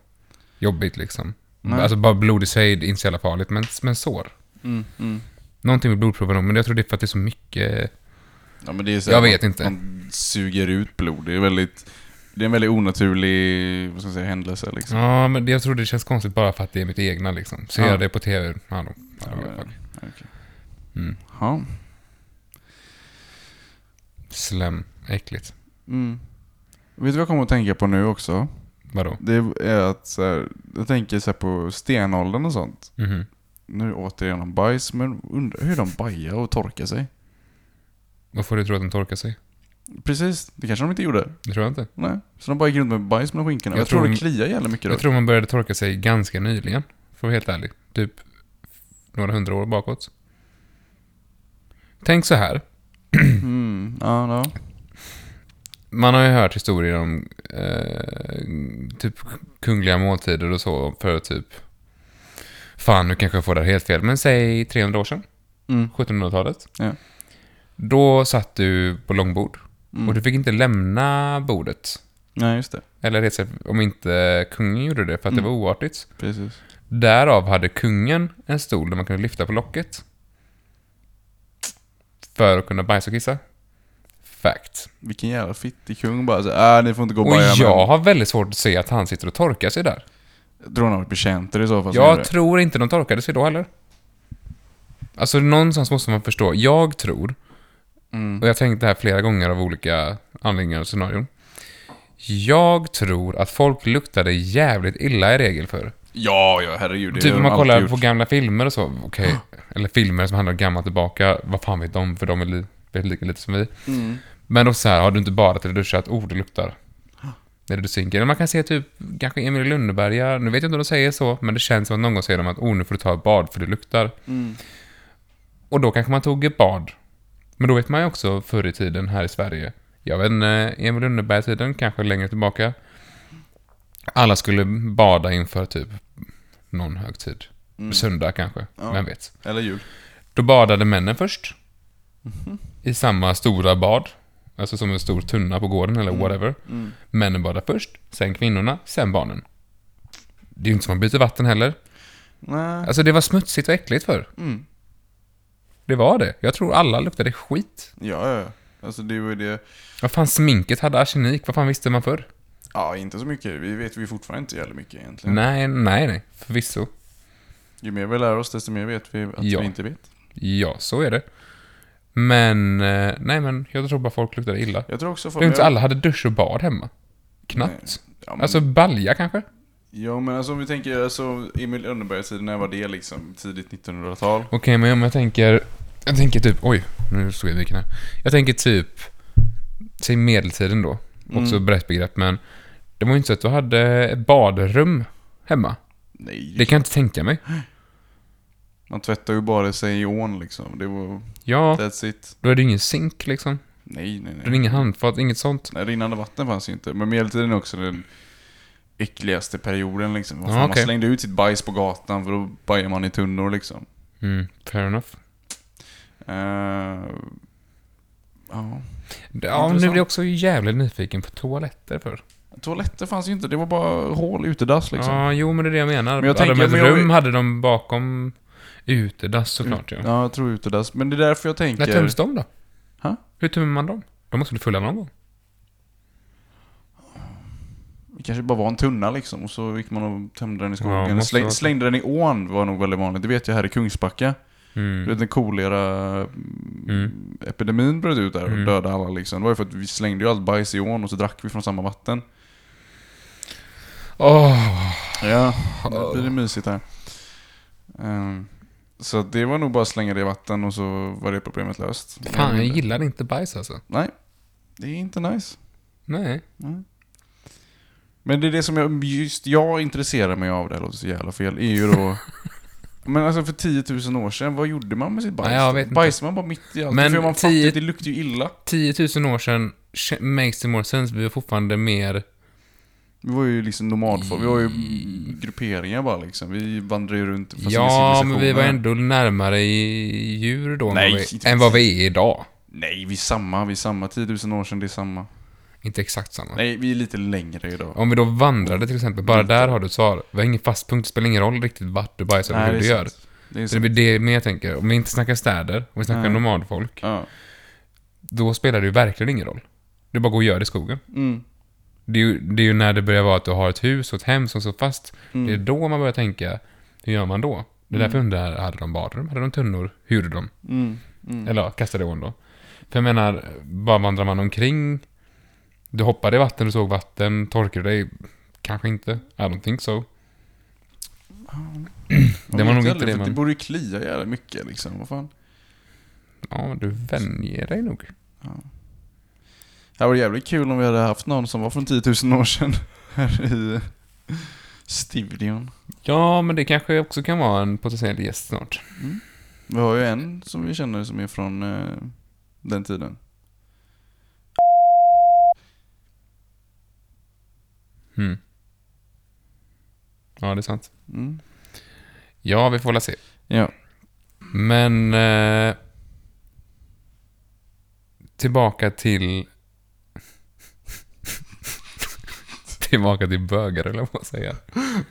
S1: jobbigt liksom. Alltså bara blod i sig det är inte så jävla farligt, men, men sår.
S2: Mm,
S1: Någonting med blodproven nog, men jag tror det är för att det är så mycket... liksom.
S2: Ja, men det är så
S1: Jag
S2: här,
S1: vet
S2: man,
S1: inte.
S2: Man suger ut blod. Det är, väldigt, det är en väldigt onaturlig vad ska man säga, händelse. Liksom.
S1: Ja, men det- jag tror det känns konstigt bara för att det är mitt egna liksom. Ser
S2: Ja.
S1: jag det på TV, ja då. Ja, Mm.
S2: Ja,
S1: fuck.
S2: okej. Ja.
S1: Slem, äckligt.
S2: Vet du vad jag kommer att tänka på nu också?
S1: Vadå?
S2: Det är att så här, jag tänker så här på stenåldern och sånt.
S1: Mhm.
S2: Nu återigen om bajs, men undrar hur de bajar och torkar sig.
S1: Varför du tror att den torkar sig?
S2: Precis, det kanske de inte gjorde.
S1: Det tror jag inte.
S2: Nej. Så de bara gick runt med bajs mellan skinkorna. Jag,
S1: Jag
S2: tror
S1: tror-
S2: det kliar jävligt mycket då.
S1: Jag tror man började torka sig ganska nyligen, för att vara helt ärlig. Typ några hundra år bakåt. Tänk så här.
S2: Ja, ja.
S1: Man har ju hört historier om eh, typ kungliga måltider och så för typ... Fan, nu kanske jag får det här helt fel, men säg 300 år sedan. 1700-talet.
S2: Ja.
S1: Då satt du på långbord och du fick inte lämna bordet.
S2: Nej, just det.
S1: Eller resa om inte kungen gjorde det, för att det var oartigt.
S2: Precis.
S1: Därav hade kungen en stol där man kunde lyfta på locket. För att kunna bajsa och kissa. Fact.
S2: Vilken jävla fittig kung bara så här, äh, ni får inte gå och
S1: Och
S2: baja.
S1: jag har väldigt svårt att se att han sitter och torkar sig där.
S2: men- Tror han har varit betjänter i så fall. som gjorde
S1: Jag
S2: det.
S1: tror inte de torkade sig då heller. Alltså någonstans måste man förstå. Jag tror, och jag har tänkt det här flera gånger av olika anledningar och scenarion. Jag tror att folk luktade jävligt illa i regel förr.
S2: Ja, ja, herregud. det
S1: Typ
S2: har
S1: om
S2: de
S1: man
S2: alltid
S1: kollar
S2: gjort.
S1: på gamla filmer och så, okej. Eller filmer som handlar om gammalt tillbaka, vad fan vet de? För de är li- vet lika lite som vi.
S2: Mm.
S1: Men då så här, har du inte badat eller duschat? Oh, det luktar. Eller du synker. Eller man kan se typ, kanske Emil i Lönneberga, nu vet jag inte om de säger så, men det känns som att någon gång säger de att oh, nu får du ta ett bad för det luktar.
S2: Mm.
S1: Och då kanske man tog ett bad. Men då vet man ju också förr i tiden här i Sverige, jag vet inte, Emil i Lönneberga-tiden, kanske längre tillbaka. Alla skulle bada inför typ någon högtid. Söndag kanske, vem vet.
S2: Eller jul.
S1: Då badade männen först. I samma stora bad. Alltså som en stor tunna på gården eller whatever. Männen badar först, sen kvinnorna, sen barnen. Det är ju inte som att byta vatten heller.
S2: Nej.
S1: Alltså det var smutsigt och äckligt förr. Det var det. Jag tror alla luktade skit.
S2: Ja, ja, ja. Alltså det var ju det.
S1: Vad fan, sminket hade arsenik. Vad fan visste man förr?
S2: Ja, inte så mycket. Vi vet vi fortfarande inte jävligt mycket egentligen.
S1: Nej, nej, nej. Förvisso.
S2: Ju mer vi lär oss, desto mer vet vi att
S1: Ja.
S2: vi inte vet.
S1: Ja, så är det. Men, eh, nej men, jag tror bara folk luktade illa.
S2: Jag tror också
S1: Jag tror inte alla hade dusch och bad hemma. Knappt.
S2: Nej. Ja, men-
S1: Alltså balja kanske?
S2: Ja, men alltså om vi tänker, alltså Emil Lönneberg-tiden, när var det liksom? Tidigt 1900-tal?
S1: Okej, men om jag tänker... Jag tänker typ... Oj, nu såg jag vilken här. Jag tänker typ... Säg medeltiden då. Också brett begrepp, men... Det var ju inte så att du hade ett badrum hemma.
S2: Nej,
S1: Det kan jag inte tänka mig.
S2: man tvättar ju bara sig i ån liksom. Det var...
S1: Ja,
S2: That's it.
S1: då är det ju ingen sink liksom.
S2: Nej, nej,
S1: Det är
S2: nej.
S1: ingen handfat, inget sånt.
S2: nej. Rinnande vatten fanns ju inte. Men medeltiden är också den äckligaste perioden liksom. Vad
S1: Ja,
S2: fan, Man
S1: okej.
S2: slängde ut sitt bajs på gatan för då bajar man i tunnor liksom.
S1: Mm, fair enough.
S2: Eh, ja.
S1: Ja, nu
S2: Intressant.
S1: blir jag också jävligt nyfiken på toaletter för.
S2: Toaletter fanns ju inte. Det var bara hål, utedass liksom.
S1: Ja, jo men det är det jag menar.
S2: Men jag
S1: hade
S2: tänker-
S1: de ett
S2: men jag-
S1: rum hade de bakom utedass såklart ja.
S2: Ja, jag tror utedass. Men det är därför jag tänker...
S1: När töms de då?
S2: Ha?
S1: Hur tömmer man dem? De måste bli fulla någon gång.
S2: Det kanske bara var en tunna liksom och så gick man och tömde den i skogen.
S1: Ja,
S2: Eller
S1: måste
S2: släng,
S1: vara så.
S2: slängde den i ån var nog väldigt vanligt. Det vet jag här i Kungsbacka.
S1: Mm.
S2: Du vet när mm. kolera-epidemin bröt ut där
S1: Mm.
S2: och dödade alla liksom. Det var ju för att vi slängde ju allt bajs i ån och så drack vi från samma vatten.
S1: Åh,
S2: Ja, nu blir det mysigt här. Ehm, så att det var nog bara att slänga det i vatten och så var det problemet löst.
S1: fan jag gillar inte bajs alltså.
S2: Nej, det är inte nice.
S1: Nej.
S2: Men det är det som jag, just jag intresserar mig av, det här låter så jävla fel, är ju då... men alltså för 10 000 år sedan, vad gjorde man med sitt bajs?
S1: Nej, jag vet inte.
S2: Bajsade man bara mitt i allt?
S1: Men
S2: för man
S1: tio-
S2: fattigt, det luktar ju illa.
S1: 10 000 år sedan sh- makes it more sense. Vi var fortfarande mer...
S2: Vi var ju liksom nomadfolk, vi var ju grupperingar bara liksom. Vi vandrade ju runt, fast
S1: Mm. ja, men vi var
S2: civilisationer.
S1: ändå närmare i djur då än
S2: Nej,
S1: vad vi,
S2: inte
S1: än vad vi är idag.
S2: Nej, vi är samma, vi är samma. 10 000 år sedan, det är samma.
S1: Inte exakt samma.
S2: Nej, Mm. vi är lite längre idag.
S1: Om vi då vandrade till exempel, bara där har du ett svar. Vi har ingen fast punkt, det spelar ingen roll riktigt vart du bajsar eller hur du gör.
S2: sant. Det är
S1: Så det
S2: sant.
S1: blir det mer jag tänker. Om vi inte snackar städer, om vi snackar
S2: Nej.
S1: nomadfolk,
S2: Ja.
S1: då spelar det ju verkligen ingen roll. Du bara går och gör det i skogen. Det, är ju, det är ju när det börjar vara att du har ett hus och ett hem som står fast. Det är då man börjar tänka, hur gör man då? Det är därför jag undrar, hade de badrum? Hade de tunnor? Hur gjorde de? Eller ja, kastade i ån då. För jag menar, bara vandrar man omkring, du hoppade i vatten, du såg vatten, torkade dig, kanske inte. I don't think so. Det var nog inte det
S2: man... Det
S1: man...
S2: borde ju klia jävligt mycket liksom, vad fan.
S1: Ja, du vänjer dig nog.
S2: Det hade varit jävligt kul om vi hade haft någon som var från 10 000 år sedan här i studion.
S1: Ja, men det kanske också kan vara en potentiell gäst snart.
S2: Vi har ju en som vi känner som är från eh, den tiden.
S1: Ja, det är sant.
S2: Mm.
S1: Ja, vi får väl se.
S2: Ja.
S1: Men... Eh, tillbaka till... tillbaka till bögar, eller vad man säger.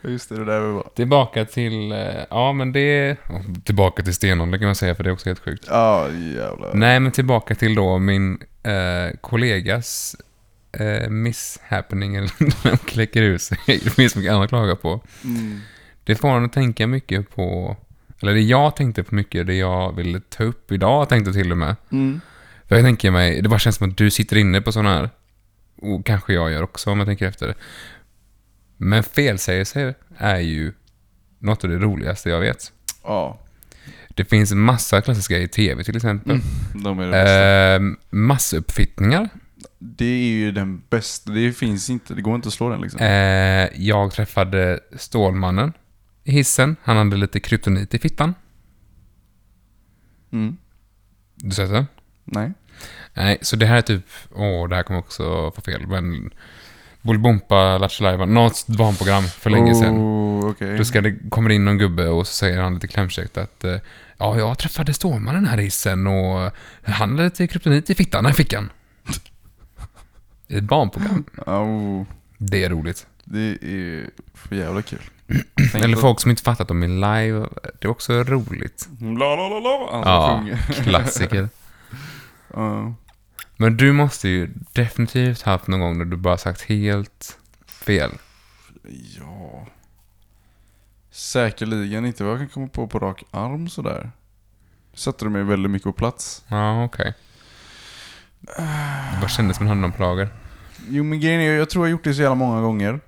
S2: Just det, det där vi var.
S1: Tillbaka till... Eh, ja, men det... ja, Tillbaka till stenåldern kan man säga, för det är också helt sjukt.
S2: Ja, jävlar.
S1: Nej, men tillbaka till då min eh, kollegas eh, mishappening, eller när de kläcker ur sig. Det finns mycket annat att klaga på. Det får en att tänka mycket på, eller det jag tänkte på mycket, det jag ville ta upp idag tänkte jag till och med. För jag tänker mig, det bara känns som att du sitter inne på sådana här, och kanske jag gör också om jag tänker efter. Men felsägelser är ju något av det roligaste jag vet.
S2: Ja,
S1: Det finns massa klassiska i tv till exempel.
S2: de är det bästa.
S1: Eh, massuppfittningar.
S2: Det är ju den bästa. Det finns inte, det går inte att slå den liksom.
S1: Eh, jag träffade Stålmannen i hissen. Han hade lite kryptonit i fittan.
S2: Mm.
S1: Du sett den?
S2: Nej.
S1: Nej, så det här är typ... Åh, det här kommer också få fel, men... Bolibompa Lattjo Något barnprogram för länge sedan.
S2: Oh, okej.
S1: Då ska det, kommer det in någon gubbe och så säger han lite klämkäckt att eh, Ja, jag träffade Stålmannen här i isen och han hade lite kryptonit i fittan, den fick han. I ett barnprogram.
S2: Au,
S1: Det är roligt.
S2: Oh, det är för jävla kul.
S1: Eller folk som inte fattat att de är live, det är också roligt.
S2: La, la, la, la. Alltså,
S1: Ja,
S2: sjunger.
S1: klassiker.
S2: Ja.
S1: Men du måste ju definitivt haft någon gång när du bara sagt helt fel.
S2: Ja. Säkerligen inte vad jag kan komma på på rak arm sådär. Satte du mig väldigt mycket på plats.
S1: Ja, okej. Det bara kändes som en handplager.
S2: Jo men grejen är, jag tror jag har gjort det så jävla många gånger.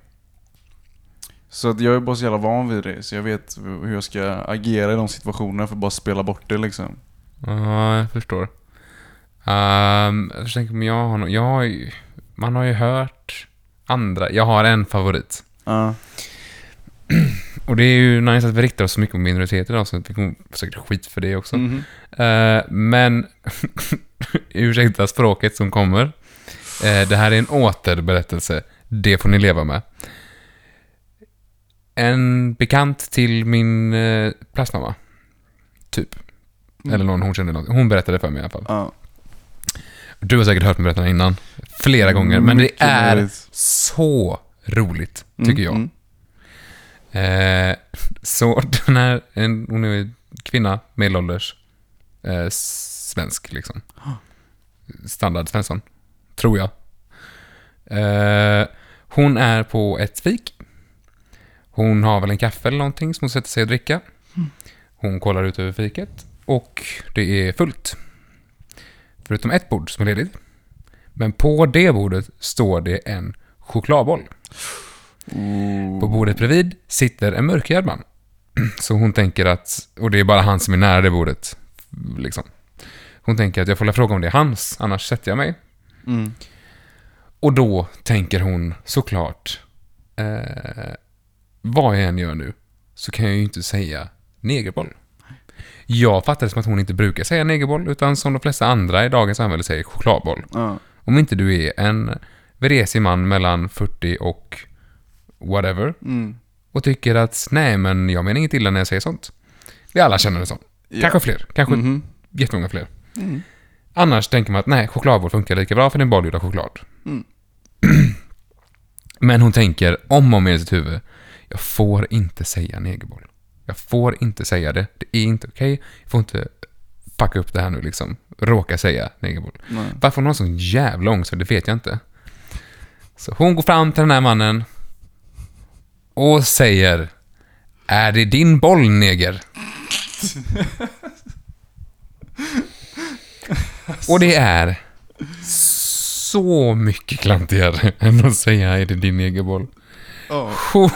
S2: Så att jag är bara så jävla van vid det, så jag vet hur jag ska agera i de situationerna för att bara spela bort det liksom.
S1: Ja, jag förstår. Ehm, jag försöker om jag har någon, jag har ju, Man har ju hört andra. Jag har en favorit.
S2: Ja.
S1: Och det är ju nice att vi riktar oss så mycket på minoriteter idag, så vi kommer säkert skit för det också.
S2: Mhm.
S1: Eh, men, ursäkta språket som kommer. Eh, det här är en återberättelse. Det får ni leva med. En bekant till min uh, plastmamma. Typ. Eller någon hon kände något. Hon berättade för mig i alla fall.
S2: Ja.
S1: Du har säkert hört mig berätta den innan. Flera gånger. Men det
S2: Mm, Mycket
S1: är
S2: möjligt.
S1: så roligt, tycker jag.
S2: Mm.
S1: Eh, så den här, en, hon är ju kvinna, medelålders, eh, svensk liksom. Standard svensson, tror jag. Eh, hon är på ett fik. Hon har väl en kaffe eller någonting som hon sätter sig och dricka.
S2: Mm.
S1: Hon kollar ut över fiket och det är fullt. Förutom ett bord som är ledigt. Men på det bordet står det en chokladboll.
S2: Oh.
S1: På bordet bredvid sitter en mörkhyad man. Så hon tänker att, och det är bara han som är nära det bordet, liksom. Hon tänker att jag får väl fråga om det är hans, annars sätter jag mig. Och då tänker hon såklart, eh, vad jag än gör nu, så kan jag ju inte säga negerboll. Jag fattar det som att hon inte brukar säga negerboll, utan som de flesta andra i dagens samhälle säger chokladboll.
S2: Ja.
S1: Om inte du är en vresig man mellan 40 och whatever och tycker att nej, men jag menar inget illa när jag säger sånt. Vi alla känner det så. Kanske fler, kanske jättemånga fler. Annars tänker man att nej, chokladboll funkar lika bra för den är bara gjord av choklad. men hon tänker om och om igen i sitt huvud, jag får inte säga negerboll. Jag får inte säga det, det är inte okej. Jag får inte packa upp det här nu liksom. Råka säga negerboll. Varför hon har sån jävla ångest, det vet jag inte. Så hon går fram till den här mannen och säger Är det din boll, neger? och det är så mycket klantigare än att säga Är det din egen boll?
S2: Ja.
S1: Hon,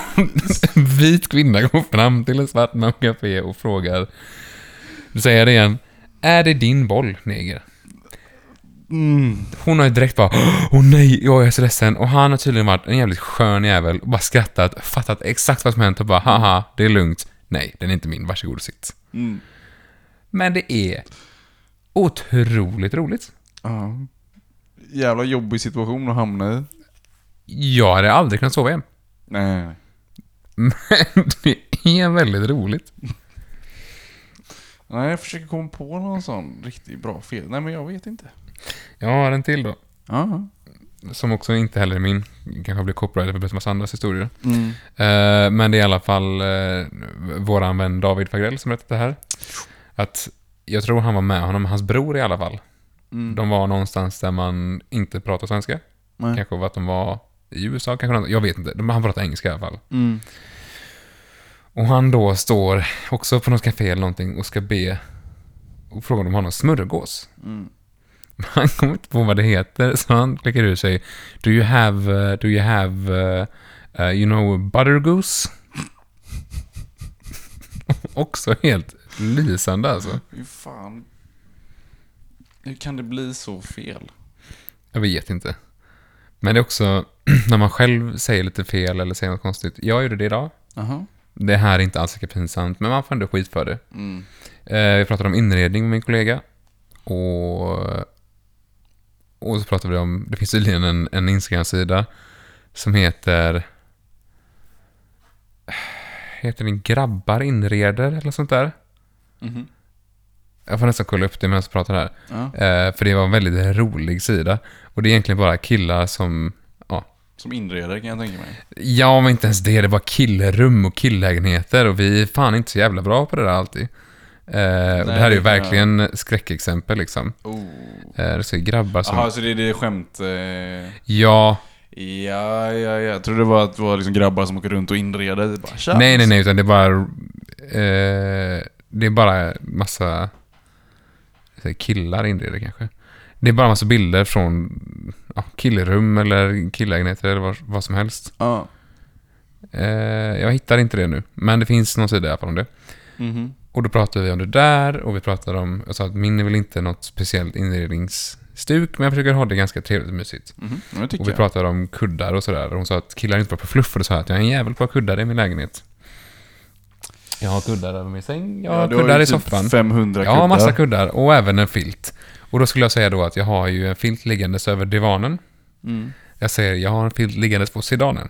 S1: en vit kvinna går fram till en svart man på café och frågar Nu säger jag det igen Är det din boll, neger? Hon har ju direkt bara Åh nej, jag är så ledsen. Och han har tydligen varit en jävligt skön jävel och bara skrattat, fattat exakt vad som hänt och bara haha, det är lugnt. Nej, den är inte min, varsågod och sitt. Men det är otroligt roligt.
S2: Ja. Jävla jobbig situation att hamna i.
S1: Jag hade aldrig kunnat sova igen.
S2: Nej, nej.
S1: Men det är väldigt roligt.
S2: Nej, jag försöker komma på någon sån riktigt bra fel. Nej, men jag vet inte.
S1: Jag har en till då.
S2: Ja.
S1: Som också inte heller är min. Kanske blir copyrighted för en massa andras historier. Eh, men det är i alla fall eh, våran vän David Fagrell som berättade det här. Att jag tror han var med honom, hans bror i alla fall. De var någonstans där man inte pratar svenska.
S2: Nej.
S1: Kanske var att de var i USA, kanske något- Jag vet inte. De, han pratade engelska i alla fall. Och han då står också på något café eller någonting och ska be och frågar om de har någon smörgås. Men Han kommer inte på vad det heter, så han klickar ur sig. Do you have, uh, do you have, uh, uh, you know, butter goose? Också helt lysande alltså.
S2: Hur fan... Hur kan det bli så fel?
S1: Jag vet inte. Men det är också när man själv säger lite fel eller säger något konstigt. Jag gjorde det idag.
S2: Aha.
S1: Det här är inte alls lika pinsamt, men man får ändå skit för det. Eh, vi pratade om inredning med min kollega. Och, och så pratade vi om, det finns tydligen en, en Instagram-sida som heter... Heter den Grabbar inreder eller sånt där? Jag får nästan kolla upp det medan jag pratar här.
S2: Ja.
S1: Eh, för det var en väldigt rolig sida. Och det är egentligen bara killar som... Ja,
S2: Som inredare kan jag tänka mig.
S1: ja men inte ens det. Det var killrum och killägenheter och vi är fan inte så jävla bra på det där alltid. Eh, och det här är ju
S2: det kan jag-
S1: verkligen skräckexempel liksom.
S2: Oh.
S1: Eh, det är grabbar som...
S2: Jaha, så det är det är skämt... Eh...
S1: Ja.
S2: Ja, ja, ja. Jag trodde det var att det var liksom grabbar som åker runt och inreder. typ Bara, tja.
S1: Nej, nej, nej, utan det är bara... Eh, det är bara massa säg, killar inreder kanske. Det är bara massa bilder från ja, killrum eller killägenheter eller vad, vad som helst.
S2: Ja.
S1: Eh, jag hittar inte det nu, men det finns någon sida i alla fall om det.
S2: Mhm.
S1: Och då pratade vi om det där och vi pratade om... Jag sa att min är väl inte något speciellt inredningsstuk, men jag försöker ha det ganska trevligt och mysigt.
S2: Mhm. Ja, det tycker
S1: Och vi
S2: jag.
S1: pratade om kuddar och sådär. Och Hon sa att killar är inte bra på fluff. Och då sa jag att jag är en jävel på att ha kuddar i min lägenhet. Jag har kuddar över min säng. Jag har
S2: Ja, du har
S1: kuddar
S2: ju
S1: i
S2: typ
S1: soffan.
S2: 500
S1: Jag har massa
S2: kuddar.
S1: kuddar och även en filt. Och då skulle jag säga då att jag har ju en filt liggandes över divanen.
S2: Mm.
S1: Jag säger jag har en filt liggandes på sedanen.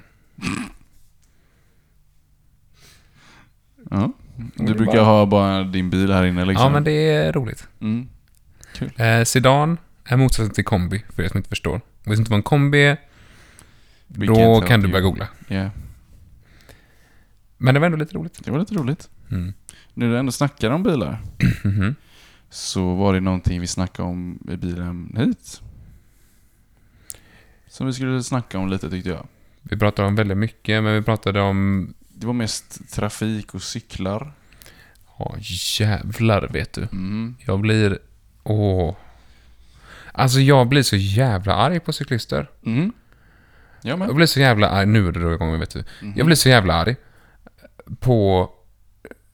S2: Ja. Du brukar ha bara din bil här inne liksom.
S1: Mm. Ja, men det är roligt.
S2: Mm.
S1: Eh, sedan är motsatsen till kombi, för er som inte förstår. Om du inte vad en kombi är,
S2: Vilket
S1: då
S2: help
S1: kan du
S2: you.
S1: börja googla.
S2: Ja.
S1: Men det var ändå lite roligt.
S2: Det var lite roligt.
S1: Mm. Mhm.
S2: Nu när du ändå snackar om bilar. Så var det någonting vi snackade om i bilen hit. Som vi skulle snacka om lite tyckte jag.
S1: Vi pratade om väldigt mycket, men vi pratade om
S2: Det var mest trafik och cyklar.
S1: Ja, jävlar vet du. Jag blir... Åh. Alltså jag blir så jävla arg på cyklister.
S2: Mm. Jag
S1: Jag
S2: med.
S1: blir så jävla arg... Nu är det då igång, vet du. Jag blir så jävla arg på...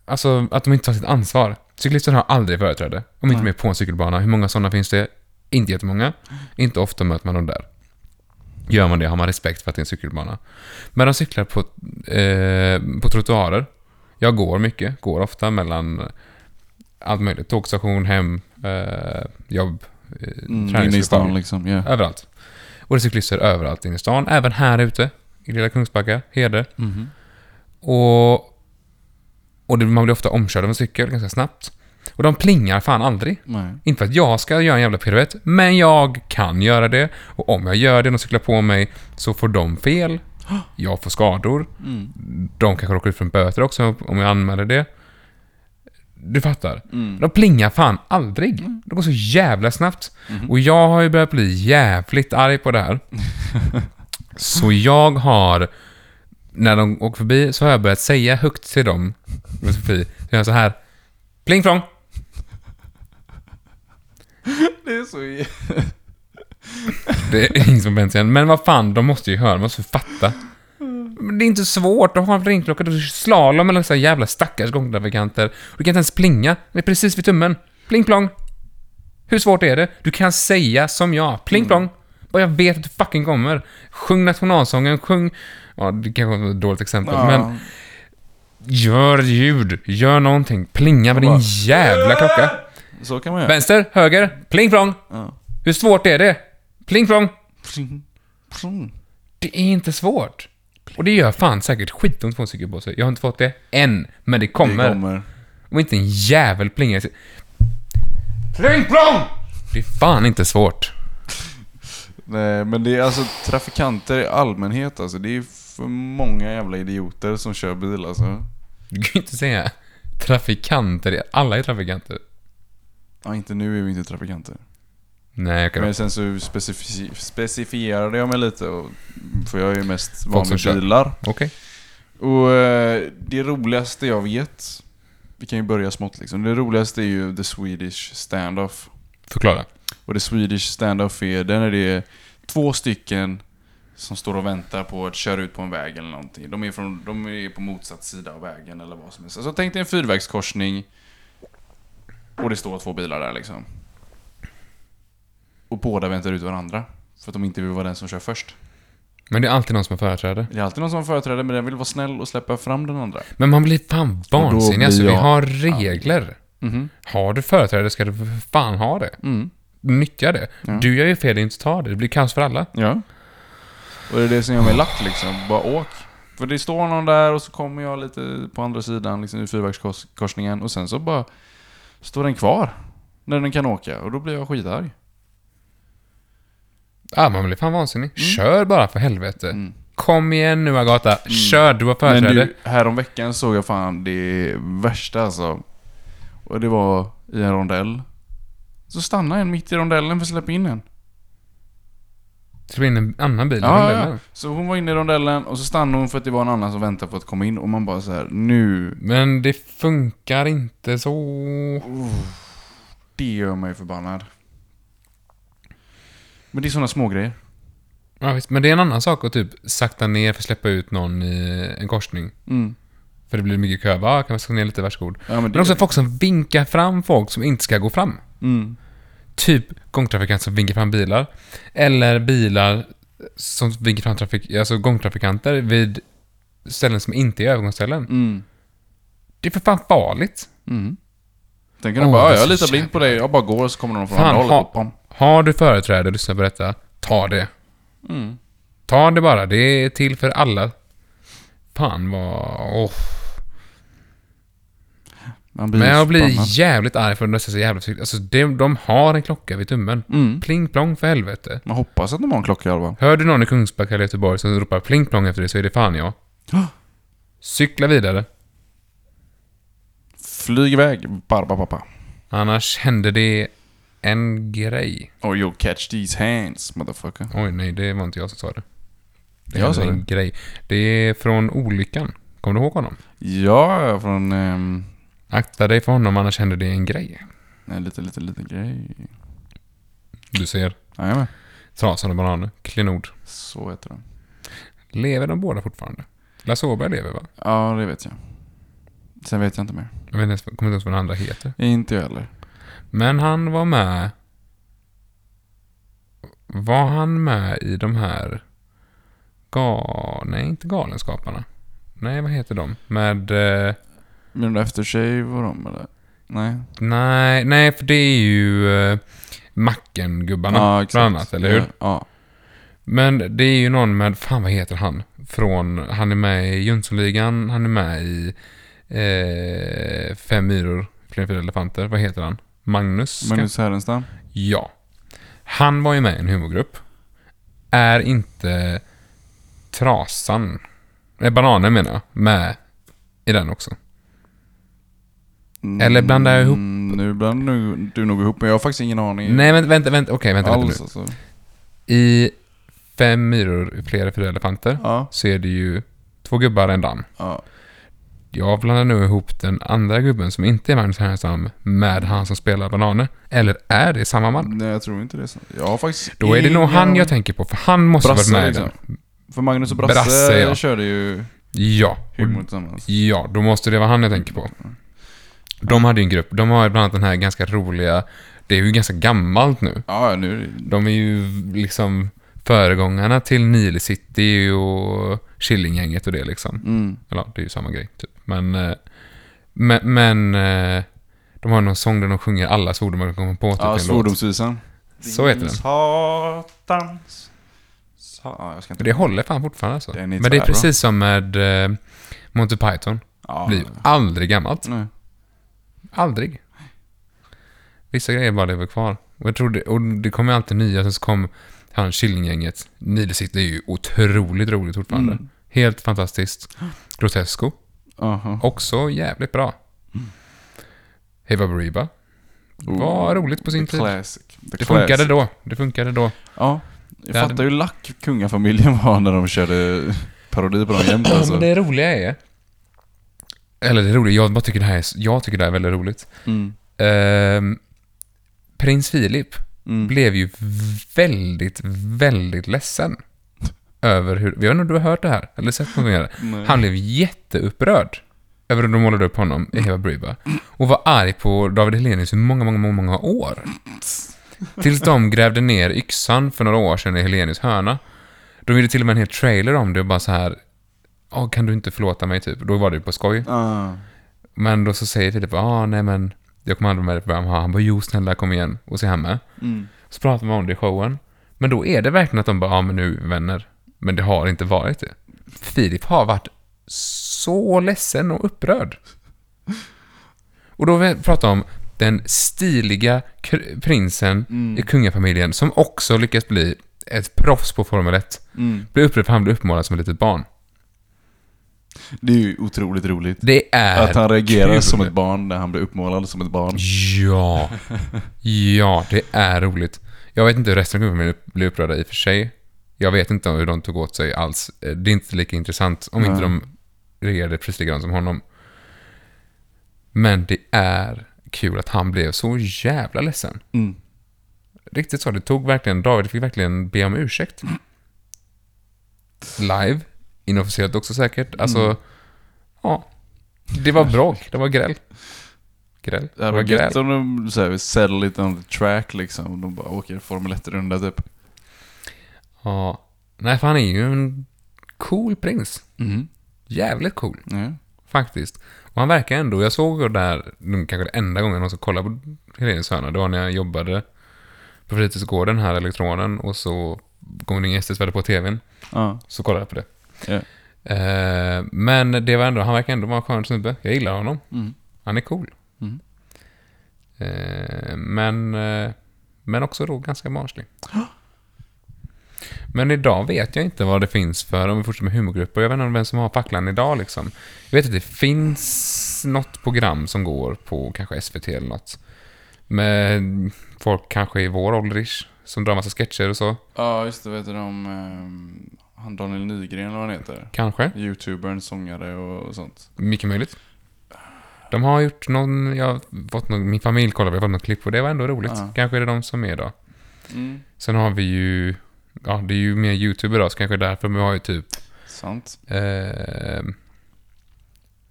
S1: Alltså att de inte tar sitt ansvar. Cyklister har aldrig företräde. Om inte de är på en cykelbana. Hur många sådana finns det? Inte jättemånga. Inte ofta möter man dem där. Gör man det har man respekt för att det är en cykelbana. Men de cyklar på, eh, på trottoarer. Jag går mycket. Går ofta mellan allt möjligt. Tågstation, hem, eh, jobb, eh,
S2: Mm, inne i
S1: träningslokal.
S2: stan liksom. Ja.
S1: Överallt. Och det är cyklister överallt inne i stan. Även här ute. I lilla Kungsbacka, Hede. Och, och det, man blir ofta omkörd av en cykel ganska snabbt. Och de plingar fan aldrig.
S2: Nej.
S1: Inte för att jag ska göra en jävla piruett, men jag kan göra det. Och om jag gör det och de cyklar på mig så får de fel. Jag får skador. De kanske råkar ut för en böter också om jag anmäler det. Du fattar. De plingar fan aldrig. Det går så jävla snabbt. Och jag har ju börjat bli jävligt arg på det här. så jag har... När de åker förbi så har jag börjat säga högt till dem. Jag gör så här. Pling plong!
S2: Det är så...
S1: Det är ingen som vänt sig än. Men vad fan, de måste ju höra, de måste ju fatta.
S2: Mm.
S1: Men det är inte svårt att ha en ringklocka. Du kör slalom mellan dessa jävla stackars gångtrafikanter. Och Du kan inte ens plinga. Det är precis vid tummen. Pling plong. Hur svårt är det? Du kan säga som jag. Pling plong. Bara jag vet att du fucking kommer. Sjung nationalsången, sjung... Ja, det kanske var ett dåligt exempel, men... Gör ljud. Gör någonting. Plinga med din
S2: bara-
S1: jävla klocka.
S2: Så kan man göra.
S1: Vänster, höger, pling plong.
S2: Ja.
S1: Hur svårt är det? Pling plong.
S2: Pling, pling.
S1: Det är inte svårt. Och det gör fan säkert skitont att få en cykel på sig. Jag har inte fått det än, men det
S2: Det
S1: kommer.
S2: kommer.
S1: Om inte en jävel plingar sig. Pling plong! Det är fan inte svårt.
S2: Nej, men det är alltså trafikanter i allmänhet alltså. Det är för många jävla idioter som kör bil alltså.
S1: Du kan ju inte säga trafikanter. Alla är trafikanter.
S2: Ja, inte nu är vi inte trafikanter.
S1: Nej, jag kan
S2: Men sen så specifici- specifierade jag mig lite och, för jag är ju mest van
S1: som
S2: vid
S1: kör.
S2: bilar.
S1: Okej.
S2: Och eh, det roligaste jag vet, vi kan ju börja smått liksom. Det roligaste är ju The Swedish Standoff.
S1: Förklara.
S2: Och det Swedish stand-off är, den är det två stycken som står och väntar på att köra ut på en väg eller någonting. De är, från, de är på motsatt sida av vägen eller vad som helst. Alltså tänk dig en fyrvägskorsning och det står två bilar där liksom. Och båda väntar ut varandra. För att de inte vill vara den som kör först.
S1: Men det är alltid någon som har företräde.
S2: Det är alltid någon som har företräde men den vill vara snäll och släppa fram den andra.
S1: Men man blir fan vansinnig.
S2: blir
S1: Alltså, vi
S2: jag- Mhm.
S1: har regler. Har du företräde ska du för fan
S2: Mm.
S1: ha det. Nyttja det. Du gör ju fel, inte ta det. Det blir kaos för alla.
S2: Ja. Och det är det som gör mig lack liksom. Bara åk. För det står någon där och så kommer jag lite på andra sidan liksom, ur fyrvägskorsningen och sen så bara står den kvar. När den kan åka och då blir jag skitarg.
S1: Ah, man blir fan vansinnig.
S2: Mm.
S1: Kör bara för helvete. Kom igen nu Agata. Kör, du har
S2: Mm. Men
S1: företräde.
S2: du, häromveckan såg jag fan det värsta alltså. Och det var i en rondell. Så stannar en mitt i rondellen för att släppa in en.
S1: Släpp in en annan bil.
S2: Ja,
S1: än
S2: ja,
S1: den
S2: ja.
S1: där.
S2: Så hon var inne i rondellen och så stannade hon för att det var en annan som väntade på att komma in och man bara så här, nu,
S1: Men det funkar inte så.
S2: det gör mig förbannad. Men det är sådana smågrejer.
S1: Ja, visst. Men det är en annan sak att typ sakta ner för att släppa ut någon i en korsning.
S2: Mm.
S1: För det blir mycket kö. Va, kan vi sakta ner lite, varsågod.
S2: Ja, men det
S1: men, också
S2: gör
S1: folk som vinkar fram folk som inte ska gå fram.
S2: Mm.
S1: Typ gångtrafikanter som vinkar fram bilar. Eller bilar som vinkar fram trafik, alltså gångtrafikanter vid ställen som inte är övergångsställen.
S2: Mm.
S1: Det är för fan farligt.
S2: Tänk om de
S1: Åh,
S2: bara,
S1: det
S2: ja,
S1: är
S2: jag
S1: så
S2: litar blint på dig, jag bara går och så kommer någon från andra
S1: Fan,
S2: hållet. och
S1: ha,
S2: pam.
S1: har du företräde och lyssnar på detta, ta det.
S2: Mm.
S1: Ta det bara. Det är till för alla. Fan vad... åh.
S2: Man blir
S1: Men jag blir
S2: förbannad.
S1: jävligt arg för dessa så jävla cyklar. Alltså, de, de har en klocka vid tummen.
S2: Mm.
S1: Pling plong för helvete.
S2: Man hoppas att de har en klocka i alla fall.
S1: Hör du någon i Kungsbacka eller Göteborg som ropar pling plong efter dig så är det fan jag. Cykla vidare.
S2: Flyg iväg, barba pappa.
S1: Annars händer det en grej.
S2: Oh you catch these hands, motherfucker.
S1: Oj, nej, det var inte jag som sa det. Det
S2: Jag
S1: händer
S2: sa det.
S1: en grej. Det är från olyckan. Kommer du ihåg honom?
S2: Ja, från ehm,
S1: Akta dig för honom, annars händer det en grej.
S2: en liten, liten, liten grej.
S1: Du ser.
S2: Jajamän.
S1: Trasan och bananer. Klenod.
S2: Så heter den.
S1: Lever de båda fortfarande? Lasse Åberg lever va?
S2: Ja, det vet jag. Sen vet jag inte mer.
S1: Jag vet inte ens, kommer inte ens vad den andra heter.
S2: Inte jag heller.
S1: Men han var med... Var han med i de här... Ga... Nej, inte Galenskaparna. Nej, vad heter de? Med... Eh...
S2: Men de Aftershave och de eller? Nej.
S1: Nej, nej, för det är ju... Eh... Macken-gubbarna, bland annat, eller hur?
S2: Ja, ja.
S1: Men det är ju någon med, fan vad heter han? Från, han är med i Jönssonligan, han är med i eh, Fem myror, fler än fyra elefanter. Vad heter han? Magnus? ska-
S2: Magnus Härenstam.
S1: Ja. Han var ju med i en humorgrupp. Är inte Trasan, nej Bananen menar jag, med i den också? Eller blandar jag ihop?
S2: Mm, nu blandar nu, du nog ihop, men jag har faktiskt ingen aning
S1: Nej, men vänta, vänta, okej, vänta, vänta nu.
S2: alls Mm. alltså.
S1: I Fem myror, fler än fyra elefanter
S2: Ja.
S1: så är det ju två gubbar, en damm.
S2: Ja.
S1: Jag blandar nu ihop den andra gubben som inte är Magnus Härenstam med han som spelar Bananer. Eller är det samma man?
S2: Nej, jag tror inte det är sant. Jag har faktiskt
S1: Då är det nog
S2: ingen
S1: han jag
S2: aning.
S1: tänker på, för han måste ha varit
S2: Brasse
S1: med i
S2: liksom.
S1: den.
S2: För Magnus och Brasse,
S1: Brasse, ja.
S2: körde ju
S1: Ja.
S2: humor tillsammans.
S1: Ja, då måste det vara han jag tänker på. De hade ju en grupp. De har ju bland annat den här ganska roliga... Det är ju ganska gammalt nu.
S2: Ja, ja, nu är det...
S1: De är ju liksom föregångarna till Nile City och Killinggänget och det liksom.
S2: mm.
S1: Eller ja, det är ju samma grej typ. Men, eh, men, men eh, de har någon sång där de sjunger alla svordomar de kommer på. Typ, i
S2: Ja,
S1: en
S2: svordomsvisan.
S1: låt. Så heter den.
S2: Satans... Sa- Ja, jag ska
S1: Men
S2: inte...
S1: Det håller fan fortfarande alltså.
S2: Den är
S1: Men det är
S2: tvärbra.
S1: precis som med eh, Monty Python.
S2: Ja.
S1: blir ju aldrig gammalt.
S2: Nej.
S1: Aldrig. Vissa grejer bara lever kvar. Och, jag tror det, och det kommer alltid nya. Sen så kom han Killinggänget. Nile City är ju otroligt roligt fortfarande.
S2: Mm.
S1: Helt fantastiskt. Grotesco.
S2: Aha.
S1: Också jävligt bra.
S2: Mm.
S1: Heva Bariba. Var roligt på sin
S2: Oh. The
S1: tid.
S2: Classic. The
S1: Det funkade
S2: classic.
S1: då. Det funkade då.
S2: Ja. Jag
S1: Det hade-
S2: fattar ju lack kungafamiljen var när de körde parodi på dem jämt alltså.
S1: Men Ehm, det roliga är... Eller det roliga, jag bara tycker det här är, jag tycker det här är väldigt roligt. Ehm, Prins Philip blev ju väldigt, väldigt ledsen. Över hur, jag vet inte om du har hört det här, eller sett någonting av det. Han blev jätteupprörd. Över hur de målade upp honom i Heva Briba. Och var arg på David Helenius i många, många, många, många år. Tills de grävde ner yxan för några år sedan i Helenius hörna. De gjorde till och med en hel trailer om det och bara så här. Ja, kan du inte förlåta mig typ? Då var det ju på skoj.
S2: Ah.
S1: Men då så säger Filip, ja ah, nej men jag kommer aldrig med dig på vem Han bara, jo snälla kom igen.
S2: Mm.
S1: Och så är han med. Så pratar man om det i showen. Men då är det verkligen att de bara, ja ah, men nu vänner. Men det har inte varit det. Filip har varit så ledsen och upprörd. Och då vi pratar om den stiliga kr- prinsen
S2: Mm.
S1: i kungafamiljen som också lyckas bli ett proffs på Formel 1.
S2: Mm.
S1: Blir upprörd för han blir uppmålad som ett litet barn.
S2: Det är ju otroligt roligt.
S1: Det är
S2: Att han reagerar
S1: kul.
S2: som ett barn när han blir uppmålad som ett barn.
S1: Ja. Ja, det är roligt. Jag vet inte hur resten av gruppen blev upprörda i och för sig. Jag vet inte om hur de tog åt sig alls. Eh, Det är inte lika intressant om inte de reagerade precis likadant som honom. Men det är kul att han blev så jävla ledsen.
S2: Mm.
S1: Riktigt så. Det tog verkligen... David fick verkligen be om ursäkt. Live. Inofficiellt också säkert. Alltså...
S2: Mm.
S1: Ja. Det var bråk. Det var gräl. Gräl.
S2: Det hade varit gött om de så här, settle it on the track liksom. De bara åker Formel 1-runda typ.
S1: Ja. Nej, för han är ju en cool prins. Jävligt cool,
S2: Ja.
S1: faktiskt. Och han verkar ändå, jag såg ju där, nu kanske det enda gången jag någonsin kollade på Heléns hörna, det var när jag jobbade på fritidsgården här, elektronen, och så gången STs var på tvn,
S2: Ja.
S1: så kollade jag på det.
S2: Ja.
S1: Eh, men det var ändå, han verkar ändå vara en skön snubbe. Jag gillar honom. Han är cool. Eh, men, eh, men också då ganska barnslig. Men idag vet jag inte vad det finns för, om vi fortsätter med humorgrupper, jag vet inte om vem som har facklan idag liksom. Jag vet att det finns något program som går på kanske SVT eller något. Med folk kanske i vår ålderish, som drar massa sketcher och så.
S2: ja, just det. Vet du om eh, han Daniel Nygren eller vad han heter?
S1: Kanske.
S2: Youtubern, sångare och, och sånt.
S1: Mycket möjligt. De har gjort någon, jag har fått någon, min familj kollade, jag har fått något klipp och det var ändå roligt.
S2: Ja. Mm.
S1: Kanske är det de som är då. Sen har vi ju, ja det är ju mer YouTube idag så kanske därför, men vi har ju typ,
S2: Sant.
S1: eh,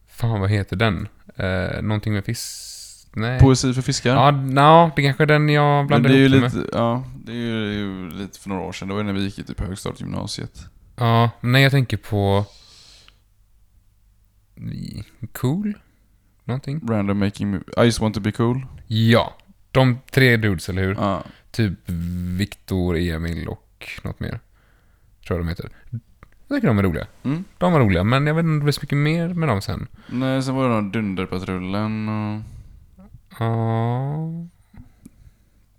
S1: fan vad heter den? Eh, någonting med fisk? Nej.
S2: Poesi för fiskar.
S1: Ja, no, det kanske är den jag
S2: Men
S1: blandar
S2: det är ju
S1: ihop med.
S2: lite, ja, det är ju, det är ju lite för några år sedan. Det var ju när vi gick i typ högstadiet gymnasiet.
S1: Ja, nej jag tänker på... Cool? Någonting?
S2: Random making mo- I just want to be cool.
S1: Ja. De tre dudes, eller hur?
S2: Ja.
S1: Typ Viktor, Emil och något mer. Tror jag de heter. Jag tycker de är roliga.
S2: Mm.
S1: De var roliga, men jag vet inte om det blir så mycket mer med dem sen.
S2: Nej, sen var det den här Dunderpatrullen och,
S1: Ja,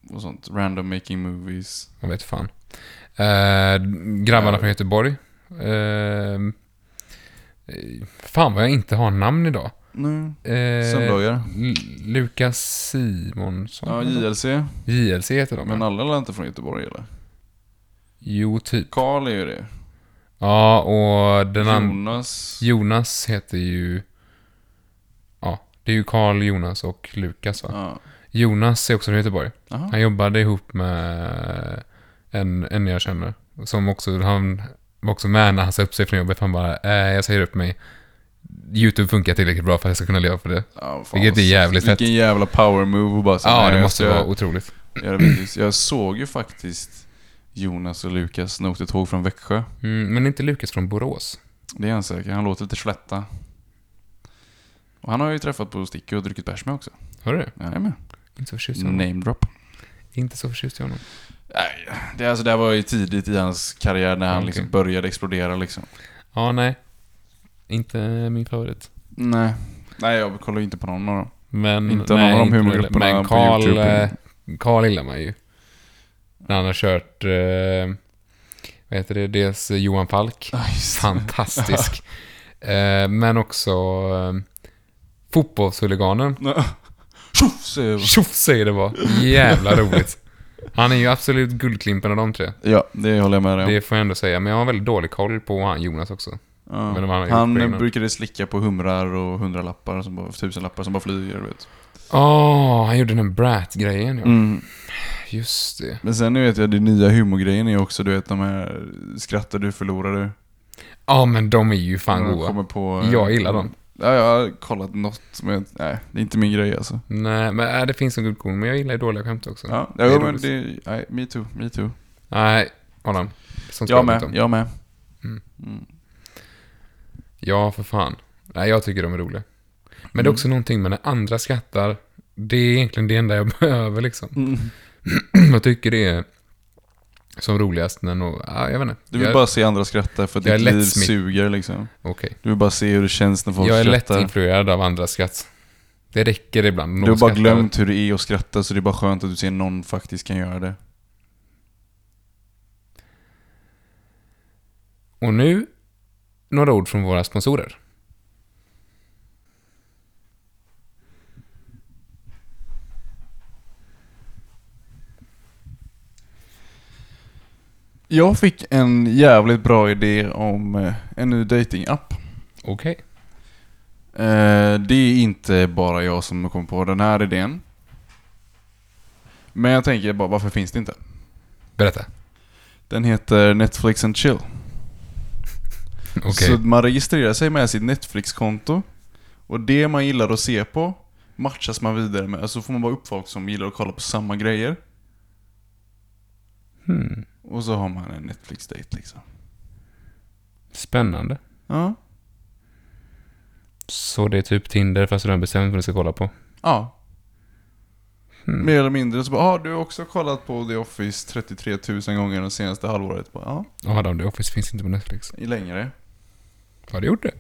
S2: och sånt. Random making movies.
S1: jag vet fan. Eh, grabbarna från Göteborg. Eh, fan vad jag inte har namn idag.
S2: Nej.
S1: Eh,
S2: Söndagar.
S1: L- Lukas Simonsson.
S2: Ja, JLC.
S1: JLC heter de.
S2: Men
S1: Men,
S2: alla är inte från Göteborg eller?
S1: jo, typ.
S2: Karl är ju det.
S1: Ja, och den andra...
S2: Jonas.
S1: Jonas heter ju... Ja, det är ju Karl, Jonas och Lukas va?
S2: Ja.
S1: Jonas är också från Göteborg.
S2: Aha.
S1: Han jobbade ihop med en, en jag känner. Som också, han var också med när han sa upp sig från jobbet. Han bara, eh, jag säger upp mig. YouTube funkar tillräckligt bra för att jag ska kunna leva på det.
S2: Ja, fan,
S1: Vilket är jävligt
S2: Vilken jävla power move och bara så,
S1: Ja,
S2: nej,
S1: det
S2: jag
S1: måste
S2: ska-
S1: vara otroligt.
S2: göra videos. Jag såg ju faktiskt Jonas och Lukas när åkte tåg från Växjö.
S1: Mm, men inte Lukas från Borås.
S2: Det är han säker. Han låter lite slätta. Och han har jag ju träffat på Sticky och druckit bärs med också.
S1: Har du det?
S2: Jajamän.
S1: Inte så förtjust i honom.
S2: Name drop.
S1: Inte så förtjust i honom.
S2: Nej, det, alltså, det här var ju tidigt i hans karriär när han
S1: Okej.
S2: liksom började explodera liksom.
S1: Ja, nej. Inte min favorit.
S2: Nej. Nej, jag kollar ju inte på någon av dem.
S1: Men,
S2: Inte
S1: nej,
S2: någon av de
S1: inte
S2: humorgrupperna
S1: heller. Men
S2: på
S1: Carl,
S2: YouTube.
S1: eh, Carl gillar man ju. När han har kört, eh, vad heter det, dels Johan
S2: Ah,
S1: Falk. Fantastisk. eh, men också eh, fotbollshuliganen.
S2: Tjoff, säger jag.
S1: Tjoff säger det var. Jävla roligt. Han är ju absolut guldklimpen av de tre.
S2: Ja, det håller jag med dig om.
S1: Det får jag ändå säga. Men jag har väldigt dålig koll på han Jonas också.
S2: Ja.
S1: men vad han har gjort
S2: Han
S1: på innan.
S2: brukade slicka på humrar och hundralappar, som bara, tusenlappar som bara flyger. du Vet.
S1: Åh, Ah, han gjorde den här Brat-grejen ja.
S2: Mm.
S1: Just det.
S2: Men sen nu vet jag, det nya humorgrejen är också, du vet de här skrattar du förlorar du.
S1: Ja, men de är ju fan
S2: De
S1: goa.
S2: kommer på, eh,
S1: Jag gillar dem.
S2: Ja, jag har kollat något, men nej, det är inte min grej alltså.
S1: Nej, men äh, det finns en guldkorn, men jag gillar ju dåliga skämt också.
S2: Ja,
S1: är
S2: ja men
S1: roligt.
S2: det, nej, me too, me too.
S1: Nej, Adam. Som
S2: Jag
S1: med.
S2: med,
S1: Om.
S2: jag med.
S1: Ja, för fan. Nej, jag tycker de är roliga. Men
S2: Mm.
S1: det är också någonting med när andra skrattar.
S2: Mm.
S1: Det är egentligen det enda jag behöver liksom. Jag tycker det är som roligast när någon... Ah, jag vet inte.
S2: Du vill
S1: jag,
S2: bara se andra skratta för att
S1: jag är
S2: ditt liv
S1: lättsmitt.
S2: suger liksom.
S1: Okej.
S2: Du vill bara se hur det känns när folk
S1: Jag är lätt
S2: skrattar.
S1: influerad av andras skratt. Det räcker ibland. Någon
S2: du har bara
S1: skrattar.
S2: glömt hur det är att skratta så det är bara skönt att du ser någon faktiskt kan göra det.
S1: Och nu, några ord från våra sponsorer.
S2: Jag fick en jävligt bra idé om eh, en ny datingapp.
S1: Okej.
S2: Eh, Det är inte bara jag som kom på den här idén. Men jag tänker bara, varför finns det inte?
S1: Berätta.
S2: Den heter Netflix and chill.
S1: Okej.
S2: Så man registrerar sig med sitt Netflix-konto och det man gillar att se på matchas man vidare med. Så alltså får man bara upp folk som gillar att kolla på samma grejer. Och så har man en Netflix-date liksom.
S1: Spännande.
S2: Ja.
S1: Så det är typ Tinder fast du har bestämt vad du ska kolla på.
S2: Ja. Mer eller mindre. Så bara, ah, du har också kollat på The Office 33 000 gånger det senaste halvåret. Bara, ja,
S1: Ja, de The Office finns inte på Netflix.
S2: i längre.
S1: Har du gjort det?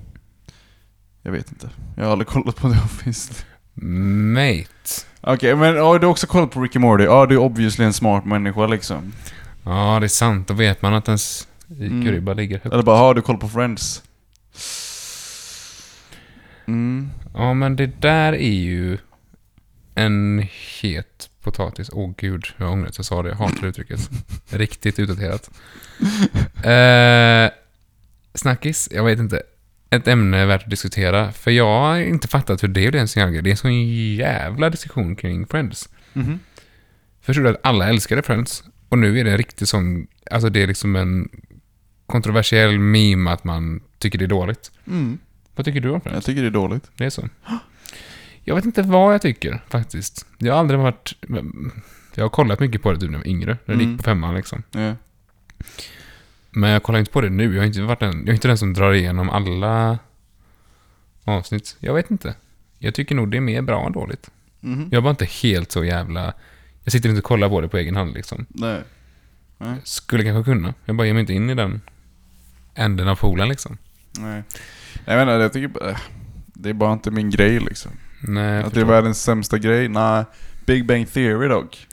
S2: Jag vet inte. Jag har aldrig kollat på The Office.
S1: Mate.
S2: Okej, men ja, du har också kollat på Ricky Morty. Ja, du är obviously en smart människa liksom.
S1: Ja, det är sant. Då vet man att ens IQ-ribba ligger högt.
S2: Eller bara, har du koll på Friends? Mm.
S1: Ja, men det där är ju en het potatis. Åh gud, jag ångrar att jag sa det. Jag hatar det uttrycket. Riktigt utdaterat. Eh, snackis? Jag vet inte. Ett ämne värt att diskutera. För jag har inte fattat hur det är ens en gång. Det är en sån jävla diskussion kring Friends. Förstod du att alla älskade Friends? Och nu är det en riktig sån... Alltså det är liksom en kontroversiell meme att man tycker det är dåligt. Vad tycker du om Friends?
S2: Jag tycker det är dåligt.
S1: Det är så. Jag vet inte vad jag tycker faktiskt. Jag har aldrig varit... Jag har kollat mycket på det typ när jag var yngre. När
S2: Mm.
S1: det gick på femman liksom.
S2: Ja.
S1: Men jag kollar inte på det nu. Jag har inte varit den, jag är inte den som drar igenom alla avsnitt. Jag vet inte. Jag tycker nog det är mer bra än dåligt.
S2: Mm-hmm.
S1: Jag var inte helt så jävla... Jag sitter inte och kollar på det på egen hand liksom.
S2: Nej.
S1: Skulle kanske kunna. Jag bara ger mig inte in i den änden av poolen liksom.
S2: Nej. Nej, men jag tycker bara, eh, det är bara inte min grej liksom.
S1: Nej, jag
S2: Att det är
S1: förstår.
S2: världens sämsta grej? Nej. Big Bang Theory dock.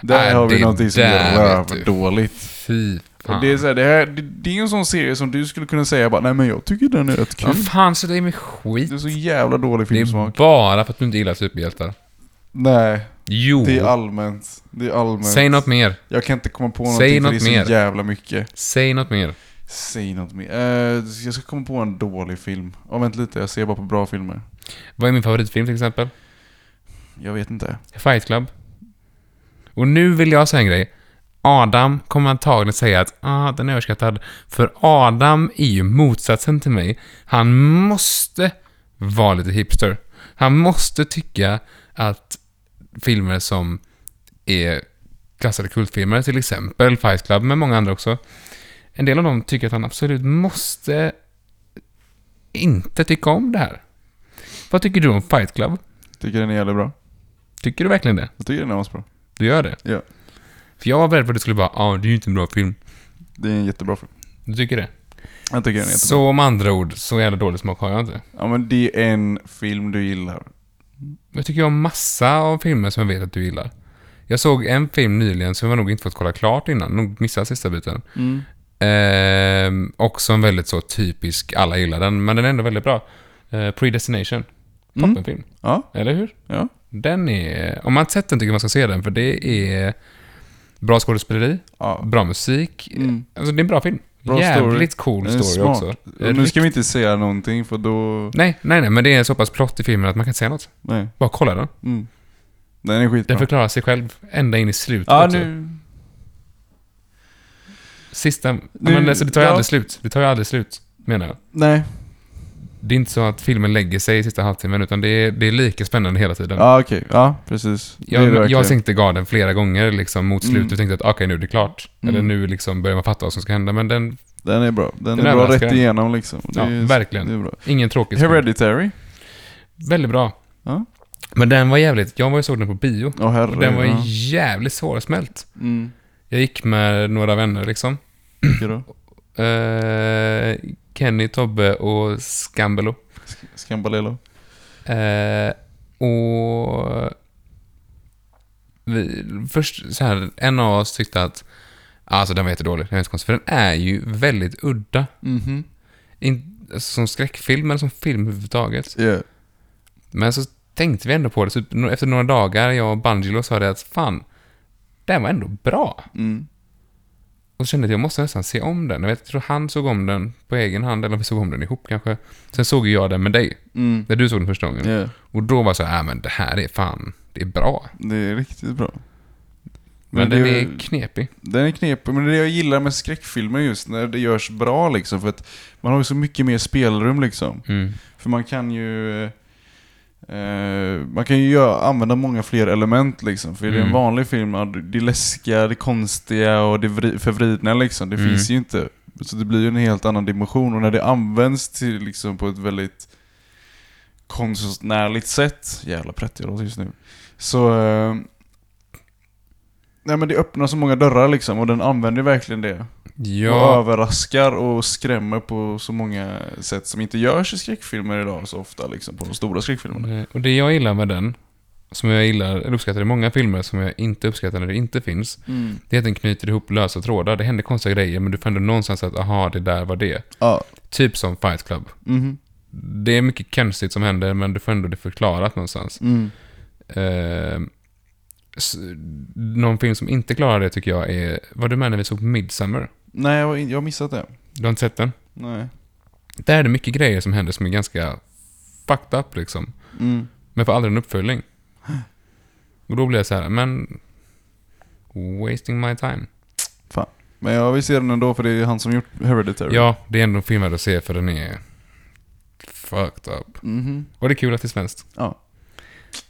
S2: Där
S1: Nej,
S2: har vi
S1: det
S2: någonting som
S1: där
S2: är
S1: vet du.
S2: rövdåligt.
S1: Fy fan.
S2: Och Det är, så här, det, här, det, det är en sån serie som du skulle kunna säga bara, nej men jag tycker den är rätt kul.
S1: Vad fan så det är med skit?
S2: Det är så jävla dålig
S1: Det är
S2: filmsmak.
S1: bara för att du inte gillar superhjältar.
S2: Nej,
S1: Jo.
S2: det är allmänt. Det är allmänt.
S1: Oh. Säg något mer.
S2: Jag kan inte komma på någonting
S1: Säg
S2: för
S1: något
S2: det är
S1: mer.
S2: så jävla mycket.
S1: Säg något mer.
S2: Säg något mer. Eh, jag ska komma på en dålig film. Ja, vänta lite, jag ser bara på bra filmer.
S1: Vad är min favoritfilm till exempel?
S2: Jag vet inte.
S1: Fight Club. Och nu vill jag säga en grej. Adam kommer antagligen säga att ah, den är överskattad. För Adam är ju motsatsen till mig. Han måste vara lite hipster. Han måste tycka att filmer som är klassade kultfilmer, till exempel Fight Club, men många andra också. En del av dem tycker att han absolut måste inte tycka om det här. Vad tycker du om Fight Club?
S2: Tycker den är jävligt bra.
S1: Tycker du verkligen det?
S2: Jag tycker den är asbra.
S1: Du gör det?
S2: Ja.
S1: För jag var beredd på att du skulle bara, ja, ah, det är ju inte en bra film.
S2: Det är en jättebra film.
S1: Du tycker det?
S2: Jag tycker den är jättebra.
S1: Så med andra ord, så jävla dålig smak har jag inte.
S2: Ja men det är en film du gillar.
S1: Jag tycker om massa av filmer som jag vet att du gillar. Jag såg en film nyligen som jag nog inte fått kolla klart innan, nog missat sista biten.
S2: Mm.
S1: Ehm, också en väldigt så typisk, alla gillar den, men den är ändå väldigt bra. Eh, Predestination.
S2: Mm.
S1: Toppenfilm.
S2: Ja,
S1: Eller hur?
S2: ja.
S1: Den är... Om man inte sett den tycker jag man ska se den, för det är bra skådespeleri,
S2: Ja.
S1: bra musik. Alltså det är en bra film.
S2: Mm. Bra
S1: Jävligt
S2: story.
S1: cool
S2: Den är
S1: story
S2: smart.
S1: också.
S2: Och nu ska vi inte säga någonting för då...
S1: Nej, nej, nej, men det är så pass plott i filmen att man kan inte säga något.
S2: Nej.
S1: Bara kolla den.
S2: Den är
S1: Den
S2: skitbra.
S1: förklarar sig själv ända in i slutet
S2: Ja
S1: också.
S2: nu...
S1: Sista... ja,
S2: Nu-
S1: men alltså, det tar ju
S2: ja.
S1: aldrig slut. Det tar ju aldrig slut, menar jag.
S2: Nej.
S1: Det är inte så att filmen lägger sig i sista halvtimmen, utan det är, det är lika spännande hela tiden.
S2: Ja okej. Ja precis. Det är
S1: Jag,
S2: det
S1: jag
S2: verkligen. Mm.
S1: sänkte garden flera gånger liksom, mot slutet och tänkte att okej, nu är det klart. Eller nu liksom börjar man fatta vad som ska hända, men den...
S2: Den är bra. Den,
S1: Den
S2: är bra
S1: överraskar.
S2: rätt igenom liksom. Det
S1: Ja,
S2: är,
S1: verkligen.
S2: Det är bra.
S1: Ingen tråkig skräck.
S2: Hereditary.
S1: Väldigt bra.
S2: Ja.
S1: Men den var jävligt... Jag var ju såg den på bio.
S2: Åh herre.
S1: och den var
S2: ja.
S1: jävligt svårsmält.
S2: Mm.
S1: Jag Jag gick med några vänner liksom.
S2: Vilka då?
S1: Eh, Kenny, Tobbe och Scambelo.
S2: Sk- Skambalelo?
S1: Eh, och vi, först så här, en av oss tyckte att alltså den var jättedålig, den var jättekonstig, för den är ju väldigt udda.
S2: Mhm.
S1: In, alltså, som skräckfilm eller som film överhuvudtaget.
S2: Yeah.
S1: Men så tänkte vi ändå på det, typ, no- efter några dagar, jag och Bangelo sa det att fan, den var ändå bra.
S2: Mm.
S1: Och så kände jag att jag måste nästan se om den. Jag, vet, jag tror han såg om den på egen hand, eller vi såg om den ihop kanske. Sen såg ju jag den med dig,
S2: Mm.
S1: när du såg den första gången.
S2: Yeah.
S1: Och då var jag så här, "Ah, men det här är fan, det är bra.
S2: Det är riktigt bra.
S1: Men,
S2: Men
S1: den
S2: det-
S1: är knepig.
S2: Den är knepig, men det är det jag gillar med skräckfilmer just när det görs bra liksom. För att man har ju så mycket mer spelrum liksom.
S1: Mm.
S2: För man kan ju... eh, Eh, man kan ju göra, använda många fler element liksom. För i en
S1: Mm.
S2: vanlig film, ja, det- det läskiga, det konstiga och det vri- förvridna liksom. Det
S1: Mm.
S2: finns ju inte. Så det blir ju en helt annan dimension. Och när det används till liksom på ett väldigt konstnärligt sätt. Jävla prättig jag låter just nu. Så... Eh, nej men det öppnar så många dörrar liksom. Och den använder verkligen det. Och
S1: Ja,
S2: överraskar och skrämmer på så många sätt som inte görs i skräckfilmer idag så ofta liksom, på de stora skräckfilmerna.
S1: och det jag gillar med den, som jag gillar, eller uppskattar i många filmer, som jag inte uppskattar när det inte finns, det är att den knyter ihop lösa trådar. Det händer konstiga grejer, men du får ändå någonstans att, aha, det där var det.
S2: Ja.
S1: Typ som Fight Club.
S2: Mhm.
S1: Det är mycket konstigt som händer, men du får ändå det förklarat någonstans.
S2: Mm.
S1: Eh, s- någon film som inte klarar det tycker jag är... Var du med när vi såg Midsummer?
S2: Nej, jag har in- jag har missat det.
S1: Du har inte sett den?
S2: Nej.
S1: Där är det mycket grejer som händer som är ganska fucked up liksom.
S2: Mm.
S1: Men får aldrig en uppföljning. Och då blir jag så här, men... Wasting my time.
S2: Fan. Men jag vill se den ändå för det är han som gjort Hereditary.
S1: Ja, det är ändå en film värd att se för den är... Fucked up.
S2: Mhm.
S1: Och det är kul att det är svenskt.
S2: Ja.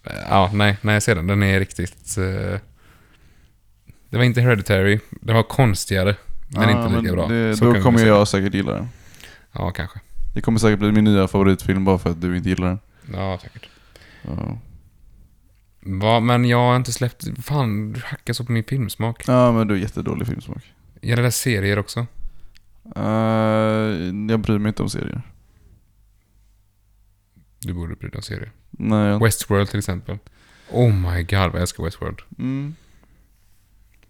S1: Eh, Ja, nej, nej, jag ser den. Den är riktigt... Eh, det var inte Hereditary. Den var konstigare. Men
S2: Ja,
S1: inte lika
S2: men
S1: bra.
S2: Det,
S1: Så
S2: då
S1: kan vi
S2: kommer
S1: säga.
S2: jag säkert gilla den.
S1: Ja, kanske.
S2: Det kommer säkert bli min nya favoritfilm bara för att du inte gillar den.
S1: Ja, säkert.
S2: Ja,
S1: Va, men jag har inte släppt... Fan, du hackar så på min filmsmak.
S2: ja men du är jättedålig filmsmak.
S1: Jag gillar serier också.
S2: Eh, jag bryr mig inte om serier.
S1: Du borde bry dig om serier.
S2: Nej, jag...
S1: Westworld till exempel. Oh my god, vad jag älskar Westworld.
S2: Mm.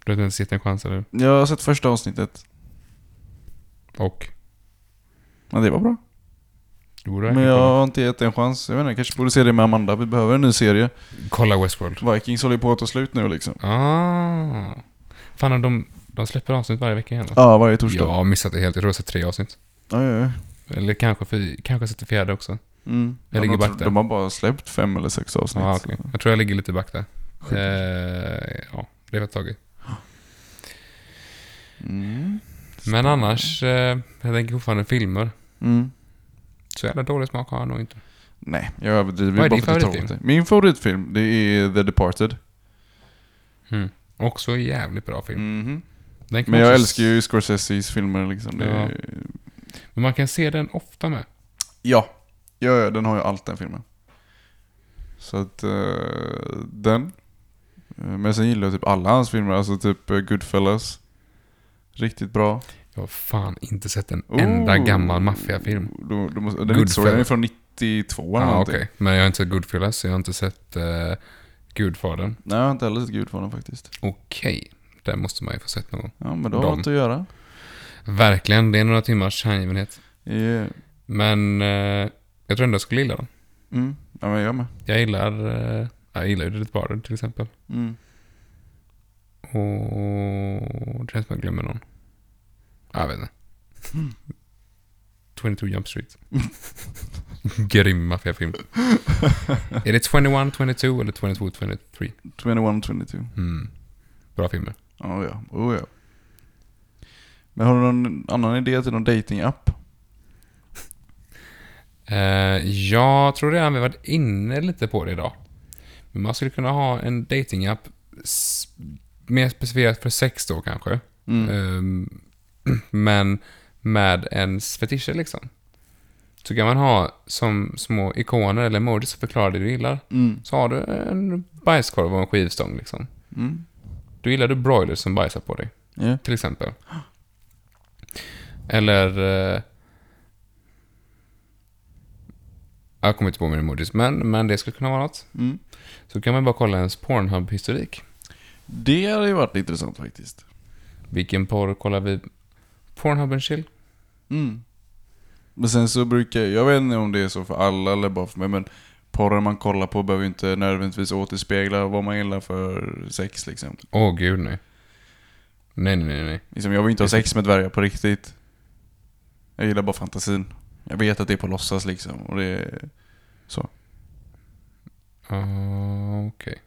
S1: Du har inte ens gett en chans, eller?
S2: jag har sett första avsnittet.
S1: Och?
S2: Men det var bra.
S1: Du borde
S2: Men
S1: verkligen
S2: jag har inte gett en chans. Jag vet inte, kanske borde se det med Amanda. Vi behöver en ny serie.
S1: kolla. kolla Westworld.
S2: Vikings håller ju på att ta slut nu liksom.
S1: Ah. Fan, om de, de släpper avsnitt varje vecka igen? va?
S2: Ja, varje torsdag.
S1: Jag har missat det helt. Jag tror jag har sett tre avsnitt.
S2: Ja, ja, ja.
S1: Eller kanske, fy, kanske sett det fjärde också.
S2: Mm.
S1: Jag
S2: Ja,
S1: ligger
S2: de-
S1: back där.
S2: De har bara släppt fem eller sex avsnitt.
S1: Ah, okej. Jag tror jag ligger lite back där.
S2: Sjukt.
S1: Eh, ja, det var ett tag i.
S2: Mm.
S1: Men annars, eh, jag tänker fortfarande filmer.
S2: Mm.
S1: Så jävla dålig smak har jag nog inte.
S2: Nej, jag överdriver
S1: Vad är
S2: bara
S1: din
S2: för att jag tar åt
S1: favoritfilm?
S2: det. Min favoritfilm, det är The Departed.
S1: Mm. Också jävligt bra film.
S2: Mhm.
S1: Den kan man
S2: Men jag
S1: också-
S2: älskar ju Scorseses filmer liksom. Det
S1: Ja.
S2: är...
S1: Men man kan se den ofta med.
S2: ja. ja, ja, den har ju allt den filmen. Så att, eh, den. Eh, Men sen gillar jag typ alla hans filmer, alltså typ eh, Goodfellas. Riktigt bra.
S1: Jag har fan inte sett en
S2: Oh.
S1: enda gammal maffiafilm.
S2: Du, du måste, den är inte så,
S1: Goodfellas.
S2: den är från 92 eller
S1: Ja,
S2: någonting.
S1: okej. Men jag har inte sett Goodfellas, så jag har inte sett uh, Gudfadern.
S2: Nej, jag har inte heller sett Gudfadern faktiskt.
S1: Okej. Den måste man ju få sett någon gång.
S2: Ja, men då har
S1: Dem.
S2: jag något att göra.
S1: Verkligen, det är några timmars hängivenhet.
S2: Yeah.
S1: Men eh, jag tror ändå jag skulle gilla den.
S2: Mm. Ja, men jag med.
S1: Jag gillar, eh, jag gillar ju Dead Barden till exempel.
S2: Mm.
S1: Och det känns som jag glömmer någon. Ja, Jag vet inte. 22 Jump Street. Grym maffiafilm. är det 21, 22 eller 22, 23?
S2: 21, 22.
S1: Mm. Bra filmer.
S2: Oh, ja, oh, ja. Men har du någon annan idé till någon dating-app?
S1: Eh, jag tror redan vi varit inne lite på det idag. Men man skulle kunna ha en datingapp s- mer specifikt för sex då kanske. Ehm, men med ens fetischer liksom. Så kan man ha som små ikoner eller emojis som förklarar det du gillar. Så har du en bajskorv och en skivstång liksom.
S2: Mm.
S1: Då gillar du broilers som bajsar på dig.
S2: Ja.
S1: till exempel. Eller... eh, Jag kommer inte på mina emojis, men, men det skulle kunna vara något.
S2: Mm.
S1: Så kan man bara kolla ens Pornhub-historik.
S2: Det hade ju varit intressant faktiskt.
S1: Vilken porr kollar vi? Pornhub and chill?
S2: Men sen så brukar, jag vet inte om det är så för alla eller bara för mig, men porren man kollar på behöver ju inte nödvändigtvis återspegla vad man gillar för sex liksom.
S1: Åh gud nej. Nej, nej, nej, nej.
S2: liksom jag vill inte ha sex med dvärgar på riktigt. Jag gillar bara fantasin. Jag vet att det är på låtsas liksom. Och det är så.
S1: Ah, Okej.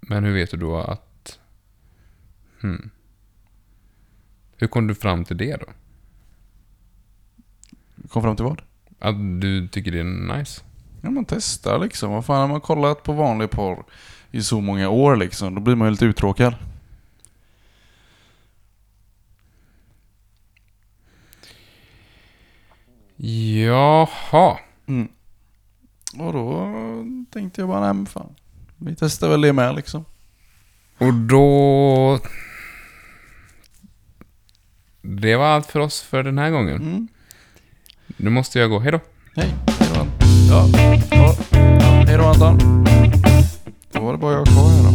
S1: Men hur vet du då att... Hmm. Hur kom du fram till det då?
S2: Kom fram till vad?
S1: Att du tycker det är nice?
S2: Ja, man testar liksom. Vad fan, har man kollat på vanlig porr i så många år liksom, då blir man ju lite uttråkad.
S1: Jaha.
S2: Och då tänkte jag bara, nej men fan. Vi testar väl det med liksom.
S1: Och då... Det var allt för oss för den här gången. Nu måste jag gå. Hej då.
S2: Hej, hej då Anton. Ja, ja, hej då Anton. Då var det bara jag kvar här då.